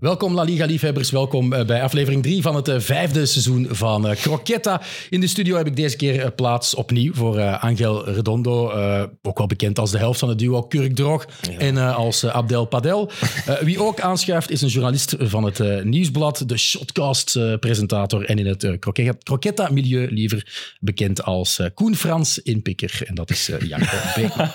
Welkom La Liga-liefhebbers, welkom eh, bij aflevering 3 van het eh, vijfde seizoen van eh, Croquetta. In de studio heb ik deze keer eh, plaats opnieuw voor eh, Angel Redondo, eh, ook wel bekend als de helft van het duo Kurk Drog en eh, als eh, Abdel Padel. Eh, wie ook aanschuift is een journalist van het eh, Nieuwsblad, de Shotcast-presentator en in het eh, croque- Croquetta-milieu liever bekend als eh, Koen Frans inpikker. En dat is eh Janko Beekman.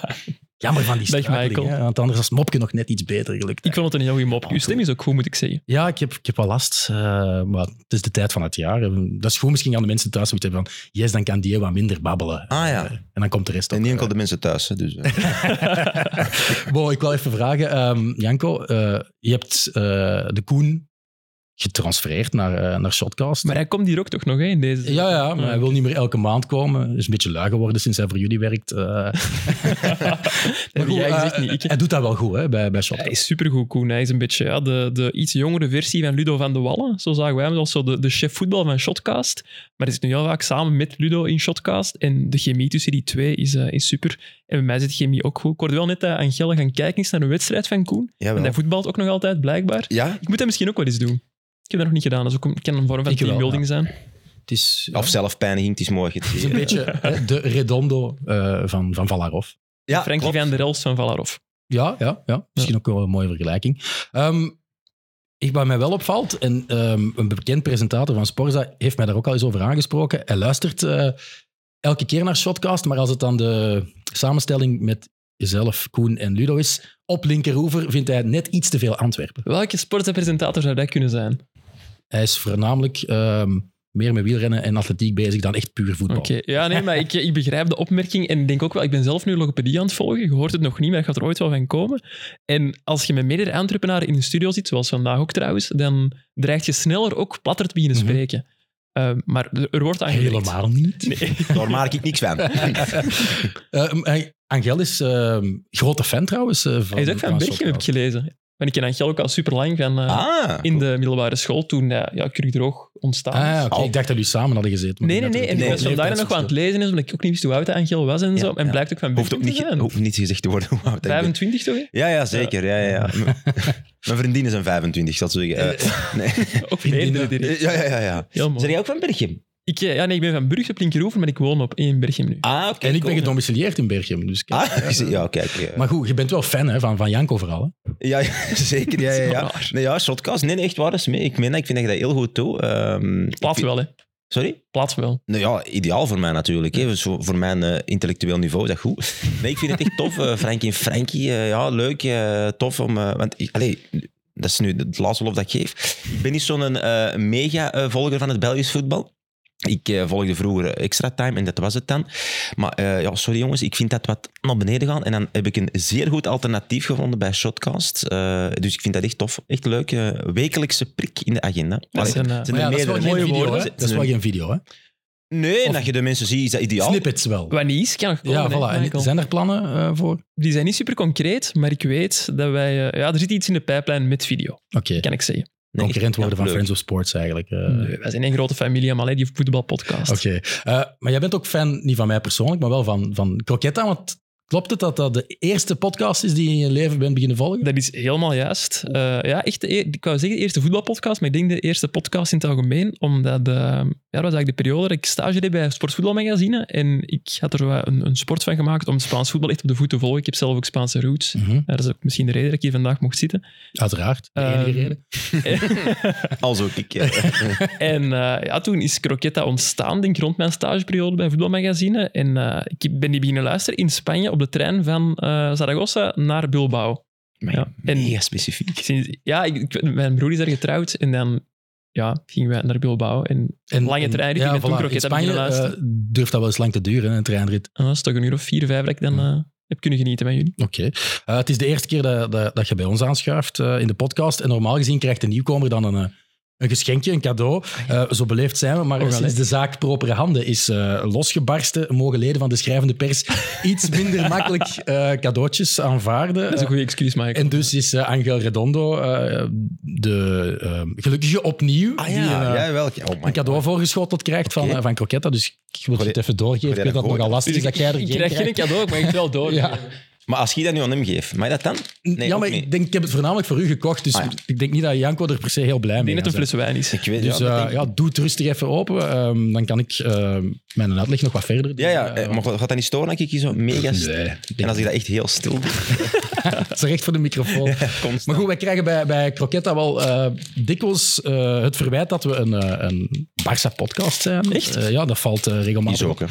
Jammer van die Dag, struikeling, Michael. hè, want anders was Mopke nog net iets beter gelukt. Ik vond het een heel goede mop. Ah, Uw stem is ook goed, moet ik zeggen. Ja, ik heb, ik heb wel last. eh, maar het is de tijd van het jaar. En Dat is goed misschien aan de mensen thuis moeten hebben van... Yes, dan kan die wat minder babbelen. Ah ja. En dan komt de rest op. En niet enkel de mensen thuis. hè, Dus, eh. Wow, ik wil even vragen. ehm, Janko, eh, je hebt eh, de Koen getransfereerd naar, eh, naar Shotcast. Maar hij komt hier ook toch nog hè, in deze. ja, ja, maar hij Ja. wil niet meer elke maand komen. Hij is een beetje lui geworden sinds hij voor jullie werkt. eh. Dat Maar heb goed, jij eh, gezegd, niet ik. Hij doet dat wel goed hè, bij, bij Hij Shotcast. is supergoed, Koen. Hij is een beetje ja, de, de iets jongere versie van Ludo van de Wallen. Zo zagen wij hem als zo de, de chef voetbal van Shotcast. Maar hij zit nu heel vaak samen met Ludo in Shotcast. En de chemie tussen die twee is, eh, is super. En bij mij zit de chemie ook goed. Ik hoorde wel net dat Angelle gaan kijken is naar een wedstrijd van Koen. En hij Jawel. voetbalt ook nog altijd, blijkbaar. Ja? Ik moet dat misschien ook wel eens doen. Ik heb dat nog niet gedaan. Dat is ook een, kan een vorm van Ik wel, Ah, teambuilding zijn. Het is Of zelfpijniging, het is morgen. Het is, een beetje hè, de redondo eh, van, van Valarov. Ja, Frankie klopt. van der Els van Valarov. Ja, ja, ja. misschien ook wel een mooie vergelijking. Ehm ik, wat mij wel opvalt, en ehm, een bekend presentator van Sporza heeft mij daar ook al eens over aangesproken. Hij luistert eh, elke keer naar Shotcast, maar als het dan de samenstelling met jezelf, Koen en Ludo is, op linkeroever vindt hij net iets te veel Antwerpen. Welke sportpresentator zou dat kunnen zijn? Hij is voornamelijk ehm, meer met wielrennen en atletiek bezig dan echt puur voetbal. Oké, ja, nee, maar ik, ik begrijp de opmerking en ik denk ook wel, ik ben zelf nu logopedie aan het volgen. Je hoort het nog niet, maar dat gaat er ooit wel van komen. En als je met meerdere entreprenaren in een studio zit, zoals vandaag ook trouwens, dan dreigt je sneller ook platter te beginnen Mhm. spreken. Eh, maar er- er wordt aan gewerkt. Helemaal niet. Nee. Daar maak ik niks van. Ehm, hij- Angel is ehm, grote fan trouwens. eh, van, Hij is ook van Berchem, heb ik Shotcast. gelezen. Want ik ken Angel ook al super lang van eh, Ah, in de middelbare school, toen eh, ja, Kurk Droog ontstaan Ah, is. ja, oké. Ik dacht dat jullie samen hadden gezeten. maar Nee, ik nee, denk nee. dat En ik het was vandaag nog aan het lezen, is, omdat ik ook niet wist hoe oud Angel was en Ja, zo. En ja. blijkt ook van hoeft ook Berchem niet, te zijn. hoeft niet gezegd te worden hoe oud ik ben. 25 toch? hè? Ja, ja, zeker. Ja, ja, ja. M- Mijn vriendin is een 25, dat zou ik zeggen. Eh, Ook Vriendinnen. meerdere direct. eh, ja, ja, ja. ja. Heel mooi. Zijn jij ook van Berchem? Ik, eh, ja, nee, ik ben van Brugge op Linkeroever, maar ik woon op één Berchem nu. Ah, oké. En ik ben cool. gedomicileerd in Berchem. Dus kijk. Ah, je- ja, kijk. Ja, Maar goed, je bent wel fan hè, van, van Janko vooral. Hè? ja, ja, zeker. Ja, ja, ja. Nee, ja, shotcast. Nee, nee, echt waar. Dat is mee. Ik meen dat. Ik vind dat je dat heel goed doet. Ehm, ik Plaats vind- wel, hè. Sorry? Plaats wel. Nou ja, ideaal voor mij natuurlijk. Hè. Dus voor, voor mijn eh, intellectueel niveau is dat goed. Nee, ik vind het echt tof. eh, Frankie en Frankie, eh, ja, leuk. eh, tof om... eh, want, ik, allee, dat is nu het laatste lof dat ik geef. Ik ben niet zo'n eh, mega eh, volger van het Belgisch voetbal. Ik eh, volgde vroeger extra time en dat was het dan. Maar eh, ja, sorry jongens, ik vind dat wat naar beneden gaan. En dan heb ik een zeer goed alternatief gevonden bij Shotcast. Eh, dus ik vind dat echt tof. Echt leuk. eh, wekelijkse prik in de agenda. Dat is Allee, een, eh, het zijn Maar er ja, dat is wel meerdere. geen mooie video. woorden. Hè? Dat is wel geen video. Hè? Nee, en Of- dat je de mensen ziet, is dat ideaal. Snippets wel. Wat niet is, kan nog komen, Ja, hè, voilà. Michael. En zijn er plannen eh, voor? Oké. Die zijn niet super concreet, maar ik weet dat wij... eh, ja, er zit iets in de pijplijn met video, kan ik zeggen. Nee, Concurrent ja, worden van leuk. Friends of Sports eigenlijk. eh. Nee, wij zijn één grote familie, maar alleen die voetbalpodcast. Oké. Eh, maar jij bent ook fan, niet van mij persoonlijk, maar wel van, van Croquetta. Want klopt het dat dat de eerste podcast is die je in je leven bent beginnen volgen? Dat is helemaal juist. Eh, ja, echt de, e- ik wou zeggen de eerste voetbalpodcast, maar ik denk de eerste podcast in het algemeen, omdat de, ja, dat was eigenlijk de periode dat ik stage deed bij Sportvoetbalmagazine en ik had er wel een, een sport van gemaakt om Spaans voetbal echt op de voet te volgen. Ik heb zelf ook Spaanse roots. Mhm, Ja, dat is ook misschien de reden dat ik hier vandaag mocht zitten. Uiteraard. De enige Ehm, reden. Als ook ik. ja. En eh, ja, toen is Croquetta ontstaan, denk ik, rond mijn stageperiode bij Voetbalmagazine. En eh, ik ben die beginnen luisteren in Spanje op de trein van eh Zaragoza naar Bilbao. Maar Ja. En- mega specifiek. Ik zie- ja, ik, ik- mijn broer is daar getrouwd en dan ja, gingen wij naar Bilbao. En En- lange en- treinrit, ik ben toen voilà. Croquetta In Spanje beginnen eh, luisteren. durft dat wel eens lang te duren, hè, een treinrit. ah, dat is toch een uur of vier, vijf dat ik dan eh, heb kunnen genieten met jullie. Oké. Eh, het is de eerste keer dat, dat, dat je bij ons aanschuift eh, in de podcast. En normaal gezien krijgt een nieuwkomer dan een, eh, een geschenkje, een cadeau. Eh, zo beleefd zijn we. Maar Ah, Oh, wel, sinds hè. de zaak propere handen is eh, losgebarsten, mogen leden van de schrijvende pers iets minder makkelijk eh, cadeautjes aanvaarden. Dat is een goede excuus, Mike. en dus is eh, Angel Redondo eh, de eh, gelukkige opnieuw Ah die een, ja, eh, ja wel. Ja, Oh een my cadeau voorgeschoteld krijgt van, Oké. eh, van Croquetta. Dus ik wil Goeie- het even doorgeven. Ik Goeie weet dat het goeie. nogal lastig Dus is ik, dat jij er ik geen krijg krijgt. geen cadeau, maar ik mag het wel door. Ja. Maar als je dat nu aan hem geeft, mag je dat dan? Nee, ja, ook maar niet. ik, denk, ik heb het voornamelijk voor u gekocht, dus Ah, ja. ik denk niet dat Janko er per se heel blij Ik mee denk dat gaat het een fles wijn is. Ik weet Dus ja, dat eh, denk ik. ja, doe het rustig even open. ehm, dan kan ik ehm, mijn uitleg nog wat verder doen. ja, ja, Eh, eh, maar gaat dat niet storen dat ik hier zo mega... stil- nee, ik denk- En als ik dat echt heel stil doe, Het is recht voor de microfoon. constant. Maar goed, wij krijgen bij, bij Croquetta wel eh, dikwijls eh, het verwijt dat we een, eh, een Barça-podcast zijn. Echt? Eh, ja, dat valt eh, is regelmatig ook, hè.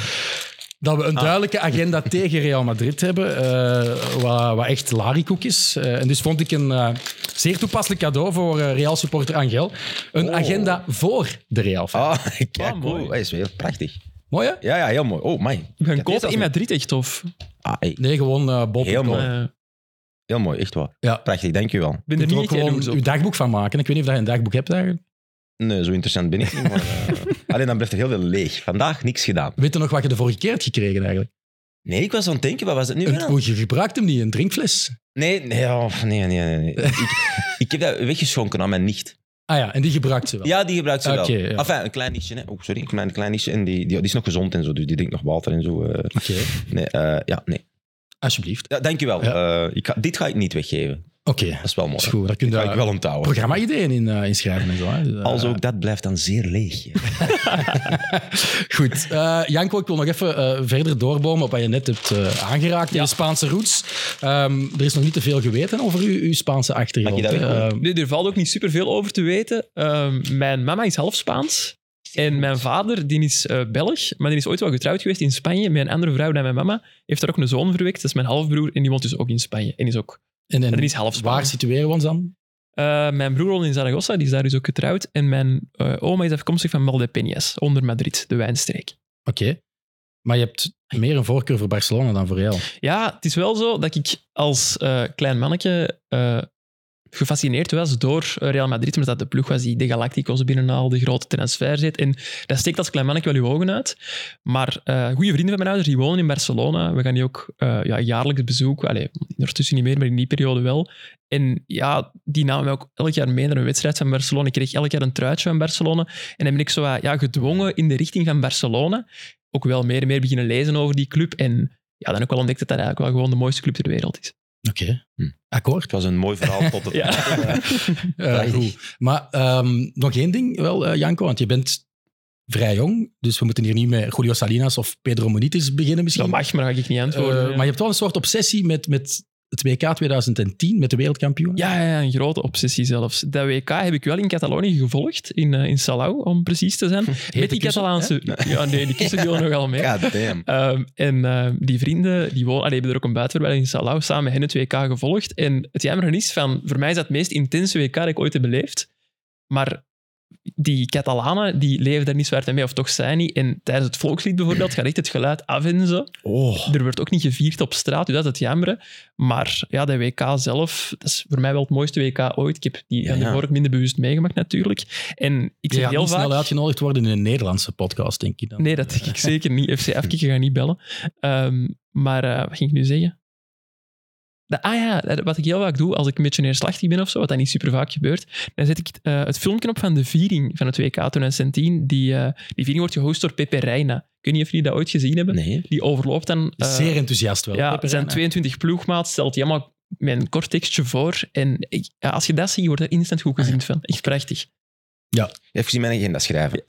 Dat we Ah. een duidelijke agenda tegen Real Madrid hebben, eh, wat, wat echt larikoek is. Eh, en dus vond ik een eh, zeer toepasselijk cadeau voor eh, Real supporter Angel. Een Oh. agenda voor de Real. fan. Ah, kijk, Ah, mooi. mooi. Dat is heel prachtig. Mooi, hè? Ja, ja, heel mooi. Oh, my. We gaan heb kopen deze in al Madrid echt, of? Ah, hey, Nee, gewoon eh Bob. Heel mooi. Eh, Heel mooi, echt waar. Ja. Prachtig, dankjewel. Ik ben Je er kunt er niet ook echt jaloers gewoon op. je dagboek van maken. Ik weet niet of dat je een dagboek hebt eigenlijk. Nee, zo interessant ben ik niet. Maar, eh, alleen dan blijft er heel veel leeg. Vandaag niks gedaan. Weet je nog wat je de vorige keer hebt gekregen eigenlijk? Nee, ik was aan het denken, wat was het nu Een, weer? aan? oh, je gebruikt hem niet, een drinkfles. Nee, nee, oh, nee, nee. nee, nee. ik, ik heb dat weggeschonken aan mijn nicht. Ah ja, en die gebruikt ze wel. Ja, die gebruikt ze Oké, wel. ja. Enfin, een klein nichtje, hè. Oh, sorry, een klein, klein nichtje. En die, die, die is nog gezond en zo, dus die drinkt nog water en zo. eh. Oké, nee, eh, ja, nee. alsjeblieft. Ja, dankjewel. Ja. Eh, ik ga, dit ga ik niet weggeven. Oké, Dat is wel mooi. dat is goed. Daar kun Dit ga ik je wel onthouden. programma-ideeën in eh, inschrijven en zo. hè. Dus, eh, Als ook dat blijft dan zeer leeg. hè. Goed. Eh, Janko, ik wil nog even eh, verder doorbomen op wat je net hebt eh, aangeraakt in Ja. de Spaanse roots. Ehm, er is nog niet te veel geweten over uw, uw Spaanse achtergrond. Mag je dat hè. weten? Ehm, Nee, er valt ook niet superveel over te weten. Ehm, mijn mama is half Spaans. En mijn vader, die is eh, Belg, maar die is ooit wel getrouwd geweest in Spanje met een andere vrouw dan mijn mama. Heeft daar ook een zoon verwekt, dat is mijn halfbroer, en die woont dus ook in Spanje. En is ook... en, en En die is half Spaans. waar situeren we ons dan? Eh, mijn broer woont in Zaragoza, die is daar dus ook getrouwd. En mijn eh, oma is afkomstig van Valdepeñas, onder Madrid, de wijnstreek. Oké. Maar je hebt meer een voorkeur voor Barcelona dan voor Real. Ja, het is wel zo dat ik als eh, klein mannetje eh, gefascineerd was door eh, Real Madrid, omdat dat de ploeg was die de Galacticos binnenhaalde, de grote transfer zit. En dat steekt als klein mannetje wel uw ogen uit. Maar eh goede vrienden van mijn ouders, die wonen in Barcelona. We gaan die ook eh, ja, jaarlijks bezoeken. Allee, ondertussen niet meer, maar in die periode wel. En ja, die namen mij ook elk jaar mee naar een wedstrijd van Barcelona. Ik kreeg elk jaar een truitje van Barcelona. En dan ben ik zo wat, ja, gedwongen in de richting van Barcelona. Ook wel meer en meer beginnen lezen over die club. En ja, dan ook wel ontdekt dat dat eigenlijk wel gewoon de mooiste club ter wereld is. Oké. Hm. Akkoord. Het was een mooi verhaal tot het Ja. Eh, Prachtig. goed. Maar ehm, nog één ding wel, eh, Janko, want je bent vrij jong, dus we moeten hier niet met Julio Salinas of Pedro Monitis beginnen Dus Dat misschien. mag, maar daar ga ik niet Eh, antwoorden. Maar je hebt wel een soort obsessie met, met het WK 2010, met de wereldkampioen. ja, ja, ja, een grote obsessie zelfs. Dat WK heb ik wel in Catalonië gevolgd, in, eh, in Salau, om precies te zijn. Met die kussen, Catalaanse... Ja, nee, die kussen die wel nogal mee. God damn. Ehm, en ehm, die vrienden die wonen, allee, hebben er ook een buitenverblijf in Salau, samen met hen het WK gevolgd. En het jammer is van, voor mij is dat het meest intense WK dat ik ooit heb beleefd. Maar die Catalanen, die leven daar niet zo hard mee, of toch zijn niet. En tijdens het volkslied bijvoorbeeld gaat echt het geluid af en zo. Oh. Er wordt ook niet gevierd op straat, dus dat is het jammer. Maar ja, de WK zelf, dat is voor mij wel het mooiste WK ooit. Ik heb die Ja, van ja. daarvoor ook minder bewust meegemaakt natuurlijk. En ik Je zeg gaat heel niet vaak... snel uitgenodigd worden in een Nederlandse podcast, denk ik dan. Nee, dat denk ik zeker niet. FC Afkikken gaat niet bellen. Ehm, maar eh, wat ging ik nu zeggen? De, ah ja, dat- wat ik heel vaak doe als ik een beetje neerslachtig ben of zo, wat dan niet super vaak gebeurt, dan zet ik eh, het filmpje op van de viering van het WK 2010. Die, eh, die viering wordt gehost door Pepe Reina. Ik weet niet of jullie dat ooit gezien hebben. Nee. Die overloopt dan... eh, Zeer enthousiast wel. ja, Pepper, er zijn hè? 22 ploegmaat, stelt die allemaal met een kort tekstje voor. En ik- ja, als je dat ziet, je wordt er instant goed gezind van. Echt prachtig. Even zien mijn agenda schrijven.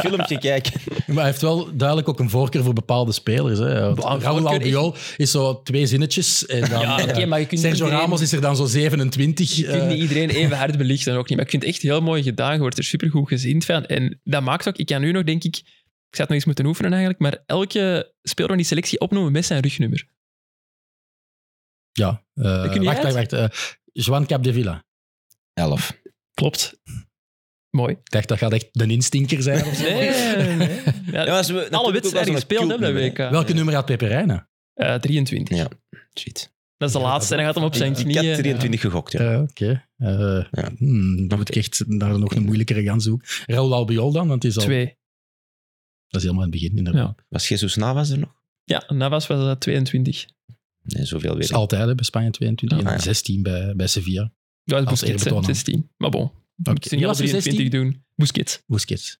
Filmpje kijken. Maar hij heeft wel duidelijk ook een voorkeur voor bepaalde spelers. Hè. Want Wel, een Raúl voorkeur, Albiol is zo twee zinnetjes. En dan, eh, Ja, oké, maar je kunt Sergio iedereen- Ramos is er dan zo 27. Je kunt eh, niet iedereen even hard belichten, ook niet. Maar ik vind het echt heel mooi gedaan. Je wordt er supergoed gezind van. En dat maakt ook... Ik kan nu nog, denk ik... Ik zou het nog eens moeten oefenen eigenlijk, maar elke speler van die selectie opnoemen met zijn rugnummer. Ja. eh, kun je wacht, uit. wacht, wacht. eh, Juan Capdevila. Elf. Klopt. Mooi. Ik dacht, dat gaat echt de instinker zijn. of zo. Nee, nee, nee. Ja, Ja, maar ze- natuurlijk ook wel alle wedstrijden zo'n gespeeld cute hebben dat nummer, WK. Welke nummer had Pepe Reina? Eh, 23. Ja. Shit. Dat is de Ja, dat laatste. En hij gaat hem op zijn Ik, ik knieën. had 23 gegokt, ja. Eh, Oké. Eh Ja. hmm, dan moet ik echt naar nog een moeilijkere gaan zoeken. Raúl Albiol dan, want die is al, Twee. dat is helemaal in het begin. Inderdaad. Ja. Was Jesus Navas er nog? Ja, Navas was dat 22. Nee, zoveel Dat is weet ik. altijd hè, bij Spanje 22 en Ah, ja. 16 bij, bij Sevilla. Ja, dat is Als Busquets, eerbetoon hè, aan. 16. Maar bon, Oké. moet je Wie niet was alle er 23 doen. Busquets. Busquets.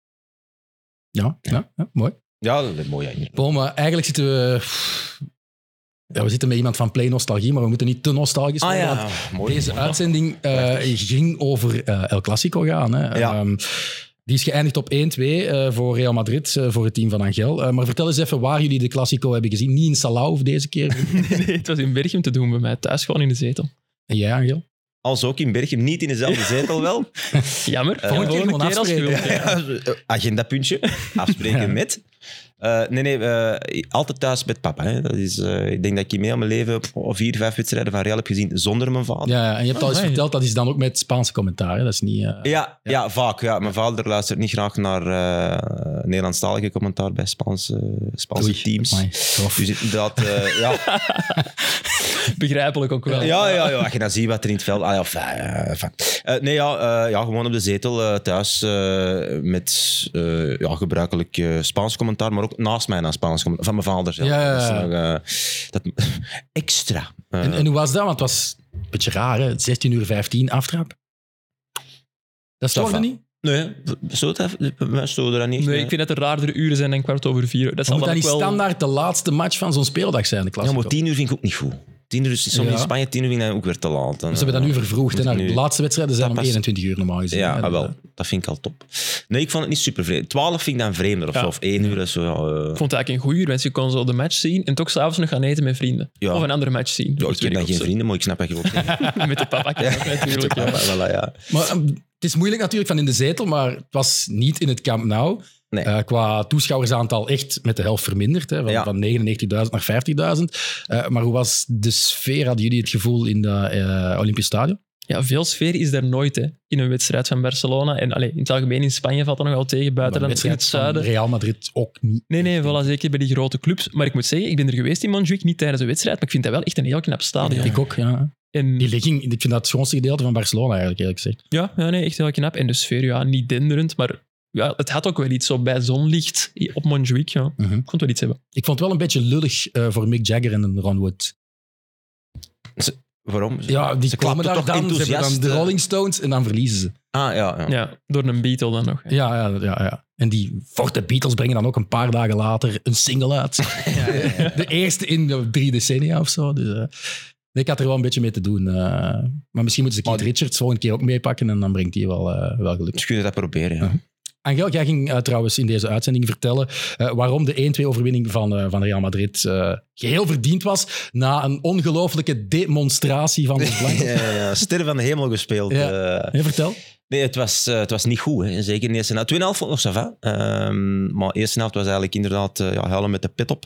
Ja, ja. ja, mooi. Ja, dat is mooi. Ja, inderdaad. Bon, maar eigenlijk zitten we pff, ja, we zitten met iemand van Play Nostalgie, maar we moeten niet te nostalgisch Ah worden. ja, want mooi. Deze uitzending eh, ging over eh, El Clasico gaan. Hè. Ja. Ehm, die is geëindigd op 1-2 eh, voor Real Madrid, eh, voor het team van Angel. Eh, maar vertel eens even waar jullie de Clasico hebben gezien. Niet in Salau deze keer. Nee, het was in Berchem te doen bij mij, thuis gewoon in de zetel. En jij, Angel? Als ook in Berchem, niet in dezelfde zetel wel. Jammer, Eh, volgende, volgende keer als je afspreken. wilt. Ja, ja. eh, Agendapuntje. Afspreken Ja. met. Eh, nee, nee, eh, altijd thuis met papa. Hè. Dat is, eh, ik denk dat ik in heel mijn leven pff, vier, vijf wedstrijden van Real heb gezien zonder mijn vader. Ja, Ja, ja, en je hebt al Oh, eens amai. verteld, dat is dan ook met Spaanse commentaar. Hè. Dat is niet... eh, ja, vaak. Ja. Mijn vader luistert niet graag naar eh Nederlandstalige commentaar bij Spaanse, Spaanse oei, teams. amai, tof. Dus inderdaad, eh, ja, Begrijpelijk ook wel. ja, ja, ja, als je dan ziet wat er in het veld... Ah, ja, fijn, eh, fijn. Eh, nee, ja, eh, ja, gewoon op de zetel eh, thuis eh, met eh, ja, gebruikelijk eh, Spaans commentaar, maar ook naast mij naar Spaans commentaar. Van mijn vader zelf. Ja, ja, ja. Dat, is nog, eh, dat extra. Eh, En, en hoe was dat? Want het was een beetje raar, hè? 16 uur 15 aftrap. Dat stoorde va. niet? nee, stoot dat? Wij stoten dat niet. Nee, ik vind dat er raardere uren zijn dan kwart over vier. Dat zal Moet dat dan niet ook wel... standaard de laatste match van zo'n speeldag zijn, de Ja, Clasico? maar tien uur vind ik ook niet goed. Tien uur is soms Ja. in Spanje, tien uur vind ik dat ook weer te laat. Ze hebben dat nu vervroegd. hè, Moet naar ik de nu- laatste wedstrijden zijn Dat om past. 21 uur normaal gezien. Ja, hè. ah, wel. Dat vind ik al top. Nee, ik vond het niet super vreemd. Twaalf vind ik dan vreemder of zo. Ja. Of één uur, dat is zo, ja, eh, Ik vond het eigenlijk een goede uur, want je kon zo de match zien en toch s'avonds nog gaan eten met vrienden. Ja. Of een andere match zien. ja, ik heb dan geen vrienden, maar ik snap dat je wilt. vrienden. Met de papa ook natuurlijk. Ja, ja. voilà, ja. Maar ehm, het is moeilijk natuurlijk van in de zetel, maar het was niet in het Camp Nou. Nee. Eh, qua toeschouwersaantal echt met de helft verminderd. Hè, van, Ja. van 99.000 naar 50.000. Eh, maar hoe was de sfeer? Hadden jullie het gevoel in dat eh, Olympisch Stadion? Ja, veel sfeer is daar nooit hè, in een wedstrijd van Barcelona. En allee, in het algemeen in Spanje valt dat nog wel tegen, buiten Maar dan de in het wedstrijd van zuiden. Real Madrid ook niet. Nee, nee, voilà, zeker bij die grote clubs. Maar ik moet zeggen, ik ben er geweest in Montjuïc, niet tijdens de wedstrijd, maar ik vind dat wel echt een heel knap stadion. Ik ook, ja. En Die ligging, ik vind dat het schoonste gedeelte van Barcelona eigenlijk, eerlijk gezegd. Ja, ja nee, echt heel knap. En de sfeer, ja, niet denderend, maar ja, het had ook wel iets zo bij zonlicht i- op Montjuïc. Ja. Mhm. Ik kon het wel iets hebben. Ik vond het wel een beetje lullig eh, voor Mick Jagger en Ron Wood. Waarom? Ja, die Ze komen klappen daar toch dan, ze hebben dan enthousiast, de eh. Rolling Stones en dan verliezen ze. Ah, ja. ja. Ja, door een Beatle dan nog. hè. Ja, ja, ja, ja. En die forte Beatles brengen dan ook een paar dagen later een single uit. De eerste in de drie decennia of zo. Dus, eh, nee, ik had er wel een beetje mee te doen. eh. maar misschien moeten ze Keith Maar- Richards volgende keer ook meepakken en dan brengt hij wel, eh, wel geluk. Dus kun je dat proberen, ja. Angel, jij ging eh, trouwens in deze uitzending vertellen eh, waarom de 1-2-overwinning van, eh, van Real Madrid eh, geheel verdiend was na een ongelofelijke demonstratie van de blanken. Ja, ja, ja. Sterren van de hemel gespeeld. eh. Nee, vertel. nee, het was, eh, het was niet goed. Hè. Zeker in de eerste helft. Tweede helft vond ik nog ça va. Ehm, maar de eerste helft was eigenlijk inderdaad eh, ja, huilen met de pit op.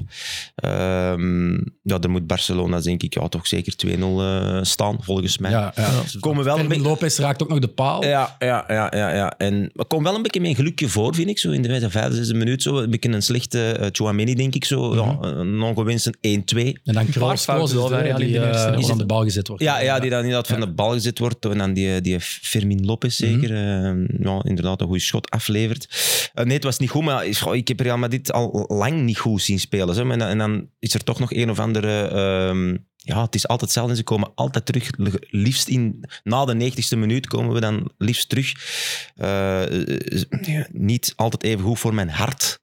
Ehm, ja, er moet Barcelona, denk ik, ja, toch zeker 2-0 eh, staan, volgens mij. Ja, ja. Komen wel een Fermin beetje... Lopez raakt ook nog de paal. Ja, ja, ja, ja, ja. En we komen wel een beetje met een gelukje voor, vind ik. Zo in de vijfde, vijfde, zesde minuut. Zo. Een beetje een slechte eh Chouameni, denk ik. Zo. Ja, een ongewenste 1-2. En dan paar Kroos, fouten Kroos is wel het, hè, waar Real in die de eh, eerste die helft. aan de bal gezet wordt. Ja, ja, die dan inderdaad van de bal gezet wordt. En dan die, die Fermin Lopez zeker. eh, ja, inderdaad, een goede schot aflevert. Eh, nee, het was niet goed, maar is- goh, ik heb Real Madrid al lang niet goed zien spelen. Zo. En, dan, en dan is er toch nog een of andere... ehm, ja, het is altijd hetzelfde. en Ze komen altijd terug. Liefst in, na de 90ste minuut komen we dan liefst terug. Eh, eh, ja, niet altijd even goed voor mijn hart.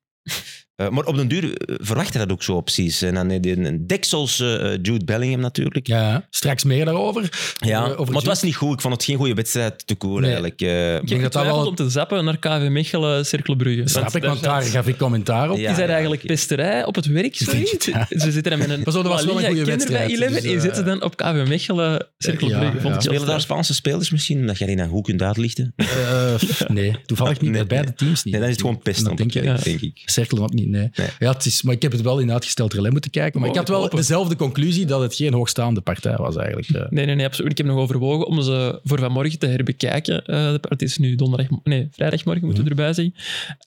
Eh, maar op den duur eh, verwacht je dat ook zo precies. En dan eh, die deksels eh, Jude Bellingham natuurlijk. Ja, straks meer daarover. Ja, Over- over maar het Jude. was niet goed. Ik vond het geen goede wedstrijd te koer Nee. eigenlijk. Eh, Ik denk denk dat dat dat wel- om te zappen naar KV Mechelen, Cirkelbrugge. Snap ik, want daar is gaf ik commentaar op. Ja. dat eigenlijk oké. pesterij op het werk, sorry? denk het, ja. Ze zitten dan met een Pas op, dat was wel een La Liga goede kinderbij wedstrijd, 11 dus, en eh, zitten dan op KV Mechelen, Cirkelbrugge. ja, Vond ik ja. heel Spelen daar straf. Spaanse spelers misschien? Dat jij die naar hoe kunt uitlichten? Nee, Eh, nee, toevallig niet. Nee, bij beide nee. teams niet. dan is het gewoon pesten. Dat op denk het je. werk, ja. denk ik. Cirkelen ook niet, nee. Nee. Ja, het is, maar ik heb het wel in uitgesteld relais moeten kijken. Maar Oh, ik had ik wel hoop het. dezelfde conclusie dat het geen hoogstaande partij was eigenlijk. eh. Nee, nee, nee, absoluut. Ik heb nog overwogen om ze voor vanmorgen te herbekijken. Eh, het is nu donderdag, nee, vrijdagmorgen moeten we Mhm. erbij zeggen.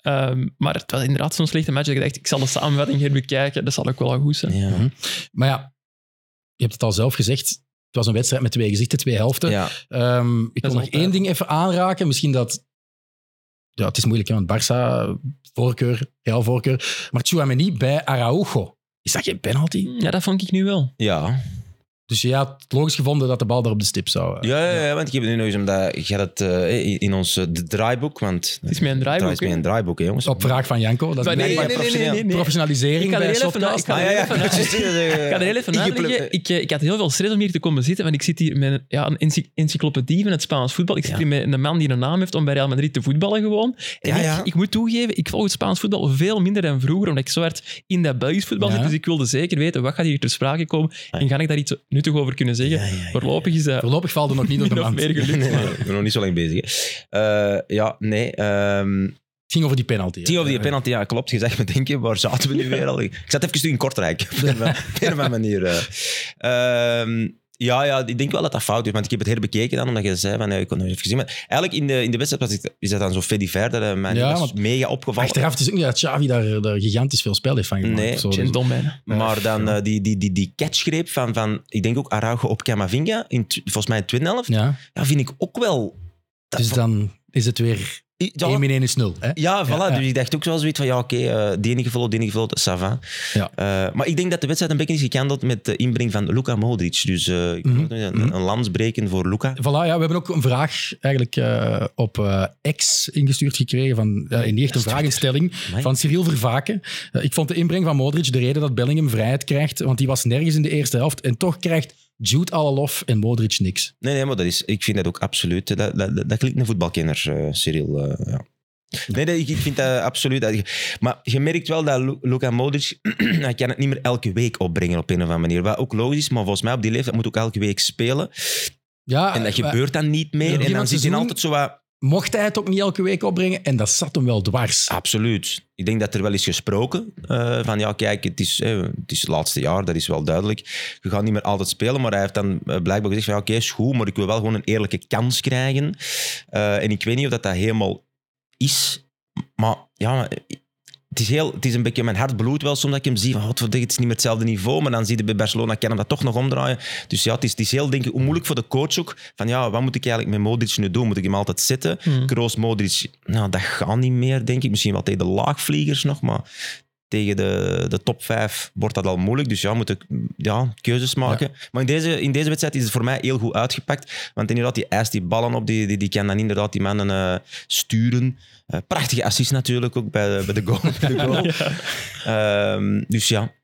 Ehm, maar het was inderdaad zo'n slechte match. dat Ik dacht, ik zal de samenvatting herbekijken. Dat zal ook wel al goed zijn. Ja. Maar ja, je hebt het al zelf gezegd. Het was een wedstrijd met twee gezichten, twee helften. Ja. Ehm, ik wil is nog altijd. één ding even aanraken. Misschien dat... Ja, het is moeilijk, hè, want Barça, voorkeur, heel voorkeur. Maar Tchouameni bij Araujo. Is dat geen penalty? Ja, dat vond ik nu wel. ja. Dus je had het logisch gevonden dat de bal daar op de stip zou. eh. Ja, ja, ja, want ik heb nu nog eens omdat jij dat eh, in- in ons eh, de draaiboek, want Het is mijn draaiboek. draaiboek, een draaiboek, hè, jongens. Op vraag van Janko. Dat is Maar nee, blijkbaar nee, nee, nee, professioneel- nee, nee. professionalisering Ik ga er bij heel even Shotcast. na- ik ga er heel even na- Ah, Ik Ik ga er heel even uitleggen. Ik, eh, ik had heel veel stress om hier te komen zitten, want ik zit hier met een- ja, een ency- encyclopedie van het Spaans voetbal. Ik zit Ja. hier met een man die een naam heeft om bij Real Madrid te voetballen gewoon. En Ja, ik, ja. ik moet toegeven, ik volg het Spaans voetbal veel minder dan vroeger, omdat ik zo hard in dat Belgisch voetbal Ja. zit. Dus ik wilde zeker weten, wat gaat hier ter sprake komen? En ga ik daar iets nuttig over kunnen zeggen? Ja, ja, ja. Voorlopig is dat Voorlopig valt er nog niet door de min of mand. meer Het gelukt. maar- Ik ben nog niet zo lang bezig. hè. Eh, ja, nee. ehm ging over die penalty. hè. tien over die penalty, ja, klopt. Je zegt me denken, waar zaten we nu weer al? Ik zat even in Kortrijk, op een of andere manier. eh. Ehm, ja, ja, ik denk wel dat dat fout is, want ik heb het herbekeken dan, omdat je zei van, eh, ik kon nog even gezien. Maar eigenlijk in de, in de wedstrijd was ik, is dat dan zo Freddy verder, eh, mij Ja, dat is want- mega opgevallen. Achteraf het is ook niet dat Xavi daar, eh, daar gigantisch veel spel heeft van gemaakt. Nee, of zo. Gentleman. Maar dan eh, die, die, die, die catchgreep van, van, ik denk ook Araujo op Camavinga, in, tw- volgens mij in 2011, ja. Ja, vind ik ook wel... dat- dus dan is het weer Ja, 1 in 1 is 0. Hè? Ja, voilà. Ja, ja. Dus ik dacht ook wel zoiets van, ja, oké, eh die ene gevoel, die ene gevoel, ça va. Ja. Eh, maar ik denk dat de wedstrijd een beetje is gekendeld met de inbreng van Luka Modric. Dus eh, ik wil Mhm. ook nog een, een lans breken voor Luka. Voilà, ja, we hebben ook een vraag eigenlijk eh, op eh, X ingestuurd gekregen. Van, eh, in die echte vragenstelling Amai. van Cyril Vervaken. Eh, ik vond de inbreng van Modric de reden dat Bellingham vrijheid krijgt, want die was nergens in de eerste helft. En toch krijgt Jude alle lof en Modric niks. Nee, nee, maar dat is, ik vind dat ook absoluut... eh, Dat, dat, dat, dat klinkt een voetbalkenner, eh, Cyril. eh, ja. Nee, nee, ik, ik vind dat absoluut... dat- Maar je merkt wel dat Lu- Luka Modric... hij kan het niet meer elke week opbrengen op een of andere manier. Wat ook logisch is, maar volgens mij op die leeftijd moet ook elke week spelen. Ja, En dat eh, gebeurt dan niet meer. En iemand dan zit hij seizoen- altijd zo wat... mocht hij het ook niet elke week opbrengen. En dat zat hem wel dwars. Absoluut. Ik denk dat er wel is gesproken eh, van ja, kijk, het is, eh, het is het laatste jaar, dat is wel duidelijk. Je gaat niet meer altijd spelen, maar hij heeft dan eh, blijkbaar gezegd van ja, oké, is goed, maar ik wil wel gewoon een eerlijke kans krijgen. Eh, en ik weet niet of dat, dat helemaal is, maar ja, maar, eh, het is, heel, het is een beetje mijn hart bloedt wel soms dat ik hem zie van godverdikke, het is niet meer hetzelfde niveau, maar dan zie je bij Barcelona, kan hem dat toch nog omdraaien. Dus ja, het is, het is heel denk ik moeilijk voor de coach ook, van ja, wat moet ik eigenlijk met Modric nu doen? Moet ik hem altijd zitten? Hmm. Kroos, Modric, nou, dat gaat niet meer, denk ik. Misschien wel tegen de laagvliegers nog, maar tegen de, de top 5 wordt dat al moeilijk. Dus ja, moet ik ja, keuzes maken. Maar in deze, in deze wedstrijd is het voor mij heel goed uitgepakt. Want inderdaad, die eist die ballen op, die, die, die kan dan inderdaad die mannen eh, sturen. Eh, prachtige assist natuurlijk ook bij de, bij de goal. bij de goal. Ehm, dus ja.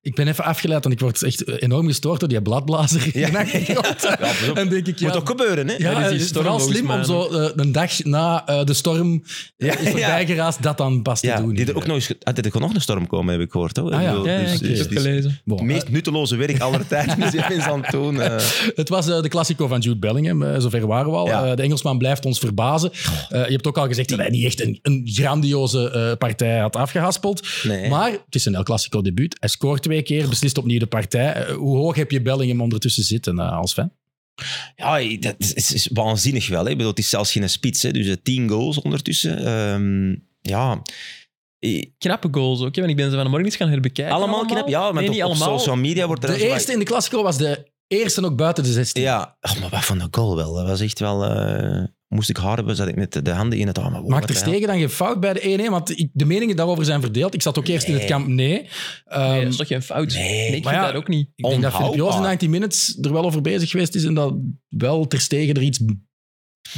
Ik ben even afgeleid, want ik word echt enorm gestoord door die bladblazer. Ja. in de achtergrond. ja pas op. En denk ik, ja, Moet ook gebeuren, hè? Ja, Ja, dus die het is storm vooral volgens slim om mij. zo eh, een dag na eh, de storm eh, Ja, is voorbij geraasd, dat dan pas te Ja, doen. die er ook nog eens... ge- Ah, Er kon nog een storm komen, heb ik gehoord. Hoor. Ah, ja. Ik bedoel, Ja, ja, dus- ik heb dus- het dus- gelezen. Bon, Het meest nutteloze werk aller tijden is even aan het doen. eh. eh, het was eh, de klassico van Jude Bellingham, eh, zover waren we al. Ja. Eh, de Engelsman blijft ons verbazen. Eh, je hebt ook al gezegd dat hij niet echt een, een grandioze eh, partij had afgehaspeld. Nee. Maar het is een El Clasico debuut. Hij scoort twee keer, beslist opnieuw de partij. Eh, hoe hoog heb je Bellingham ondertussen zitten eh, als fan? Ja, dat is, is- is waanzinnig wel. Hè. Ik bedoel, het is zelfs geen spits. Hè. Dus eh, tien goals ondertussen. Ehm, ja. I- Knappe goals ook, hè, want ik ben ze vanmorgen eens gaan herbekijken. Allemaal, knap. Ja, maar nee, op- niet op, allemaal. social media wordt er... De als- eerste in de Clasico was de eerste ook buiten de 16. Ja. Och, maar wat van de goal wel. Dat was echt wel... eh, moest ik haar hebben, zat ik met de handen in het arm. Maakt er stegen dan geen fout bij de 1-1? Want ik- de meningen daarover zijn verdeeld. Ik zat ook eerst in het Nee. kamp nee. Ehm, Nee, dat is toch geen fout? Nee. ik vind Maar ja, dat ook niet. ik denk dat Filip Joos in onhoudbaar. 19 Minutes er wel over bezig geweest is en dat wel ter stegen er iets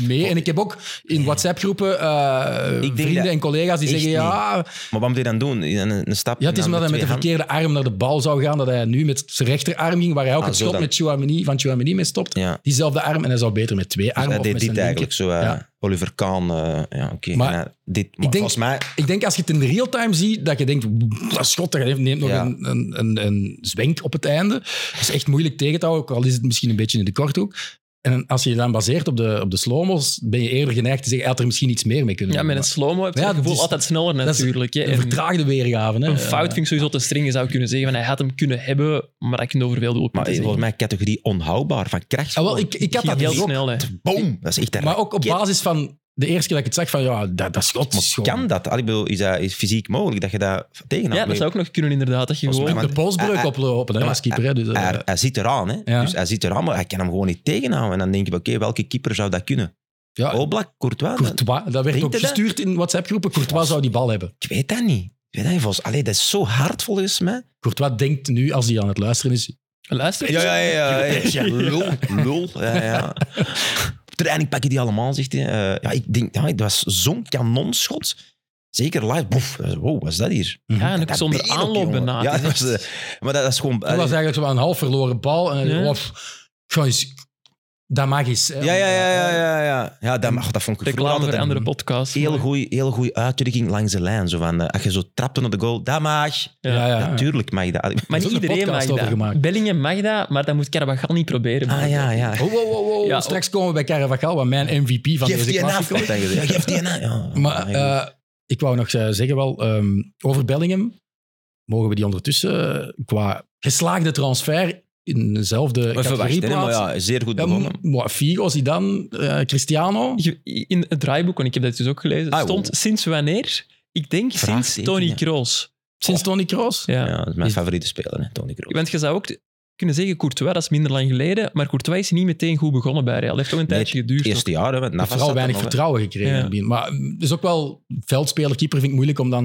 mee. En ik heb ook in WhatsApp-groepen eh, denk vrienden dat en collega's die echt zeggen: ja, Maar wat moet je dan doen? Een, een- een stap ja, het is omdat hij met de twee verkeerde arm naar de bal zou gaan, dat hij nu met zijn rechterarm ging, waar hij ook Ah, het zo schot dan. met Chouamini, van Chouamini mee stopt. handen? Ja. Diezelfde arm en hij zou beter met twee Dus armen hij of deed met dit zijn linker. eigenlijk zo. eh, Ja. Oliver Kahn. eh, ja, oké. Maar En hij- dit, maar denk- volgens mij Ik denk als je het in real time ziet, dat je denkt, "Pff, dat schot dat neemt nog Ja. een, een, een, een zwenk op het einde. Dat is echt moeilijk tegen te houden, ook al is het misschien een beetje in de korthoek. En als je je dan baseert op de, op de slow-mo's, ben je eerder geneigd te zeggen, hij had er misschien iets meer mee kunnen Ja, doen. met een slow-mo heb je Ja, dus het gevoel dat is- altijd sneller is natuurlijk. hè. Maar En Een vertraagde weergave. Hè. een fout vind ik sowieso te streng. Je zou kunnen zeggen, van, hij had hem kunnen hebben, maar ik kunt over veel Maar doelpunten volgens zeggen. mij categorie onhoudbaar van kracht. Ah, wel, ik, ik had dat Heel dus ook. snel, hè. Boom! Dat is echt een Maar ook op raket. basis van de eerste keer dat ik het zag, van ja, dat, dat schot is Maar gewoon... Kan dat? Allee, Ik bedoel, is dat is fysiek mogelijk dat je dat tegenhoudt? Ja, dat zou ook nog kunnen inderdaad. Dat je Nou, Volgens gewoon... mij- De polsbreuk Ah, ah. oplopen hè, Ja, als keeper. Hè, dus, eh, hij, hij zit eraan, hè? Ja. Dus hij zit eraan, maar hij kan hem gewoon niet tegenhouden. En dan denk je, oké, welke keeper zou dat kunnen? ja, Oblak, Courtois? Dat- Ah, Courtois, dat werd Denkt ook hij dat? gestuurd in WhatsApp-groepen. Courtois zou die bal hebben. ik weet dat niet. Ik weet dat niet. Volgens, allee, dat is zo hard volgens mij. Courtois denkt nu, als hij aan het luisteren is, Luister. Ja, ja, ja. ja, ja. Lul, lul. Ja, ja. Training pakken die allemaal, zegt hij. Eh, ja, ik denk, ja, dat was zo'n kanonschot. Zeker live. Boef, eh, wow, wat is dat hier? Ja, en ook Dat zonder been op, aanloop jongen. bijna. Ja, Het dat is was, echt- eh, maar dat, dat is gewoon... eh, Dat was eigenlijk zo aan een half verloren bal. En Ja. ja. of, gewoon eens- dat mag eens. hè. ja, ja, ja, ja, eh, ja, ja. Ja, dat, oh, dat vond ik te vroeger klaar voor altijd een een andere podcast. Heel maar- goeie, heel goeie uitdrukking langs de lijn. Zo van, eh, als je zo trapte op de goal, dat mag. Ja. Ja, ja. Ah, Natuurlijk mag dat. Maar Er niet is ook een iedereen mag podcast over dat. gemaakt. Bellingen mag dat, maar dat moet Carvajal niet proberen. Ah ja, ja. Wow, Oh, wow, wow, wow. Ja, Straks komen we bij Caravacal, wat mijn MVP van Geef deze die een af. klassieker. wordt dan gezegd. Ja, Geef die een af. Ja. oh Maar Ja, eh, ik wou nog eh, zeggen wel, ehm, over Bellingham mogen we die ondertussen eh, qua geslaagde transfer in dezelfde Even categorie wachten, hè, maar plaatsen. ja, zeer goed Ja, begonnen. m- maar Figo, Zidane, eh, Cristiano. Je- In het draaiboek, en ik heb dat dus ook gelezen, Ah, stond wow. sinds wanneer? Ik denk sinds Vraagteken, Tony ja. Kroos. Sinds Tony Kroos. Ja. Ja, dat is mijn favoriete speler, hè, Tony Kroos. Want je zou ook kunnen zeggen, Courtois, dat is minder lang geleden, maar Courtois is niet meteen goed begonnen bij Real. Dat heeft toch een Nee, tijdje geduurd. Het eerste jaar, hè, want Hij Navas heeft vooral zat er weinig nog, hè. vertrouwen gekregen. Ja. in het begin. Maar mm, het is ook wel veldspeler, keeper vind ik moeilijk om dan...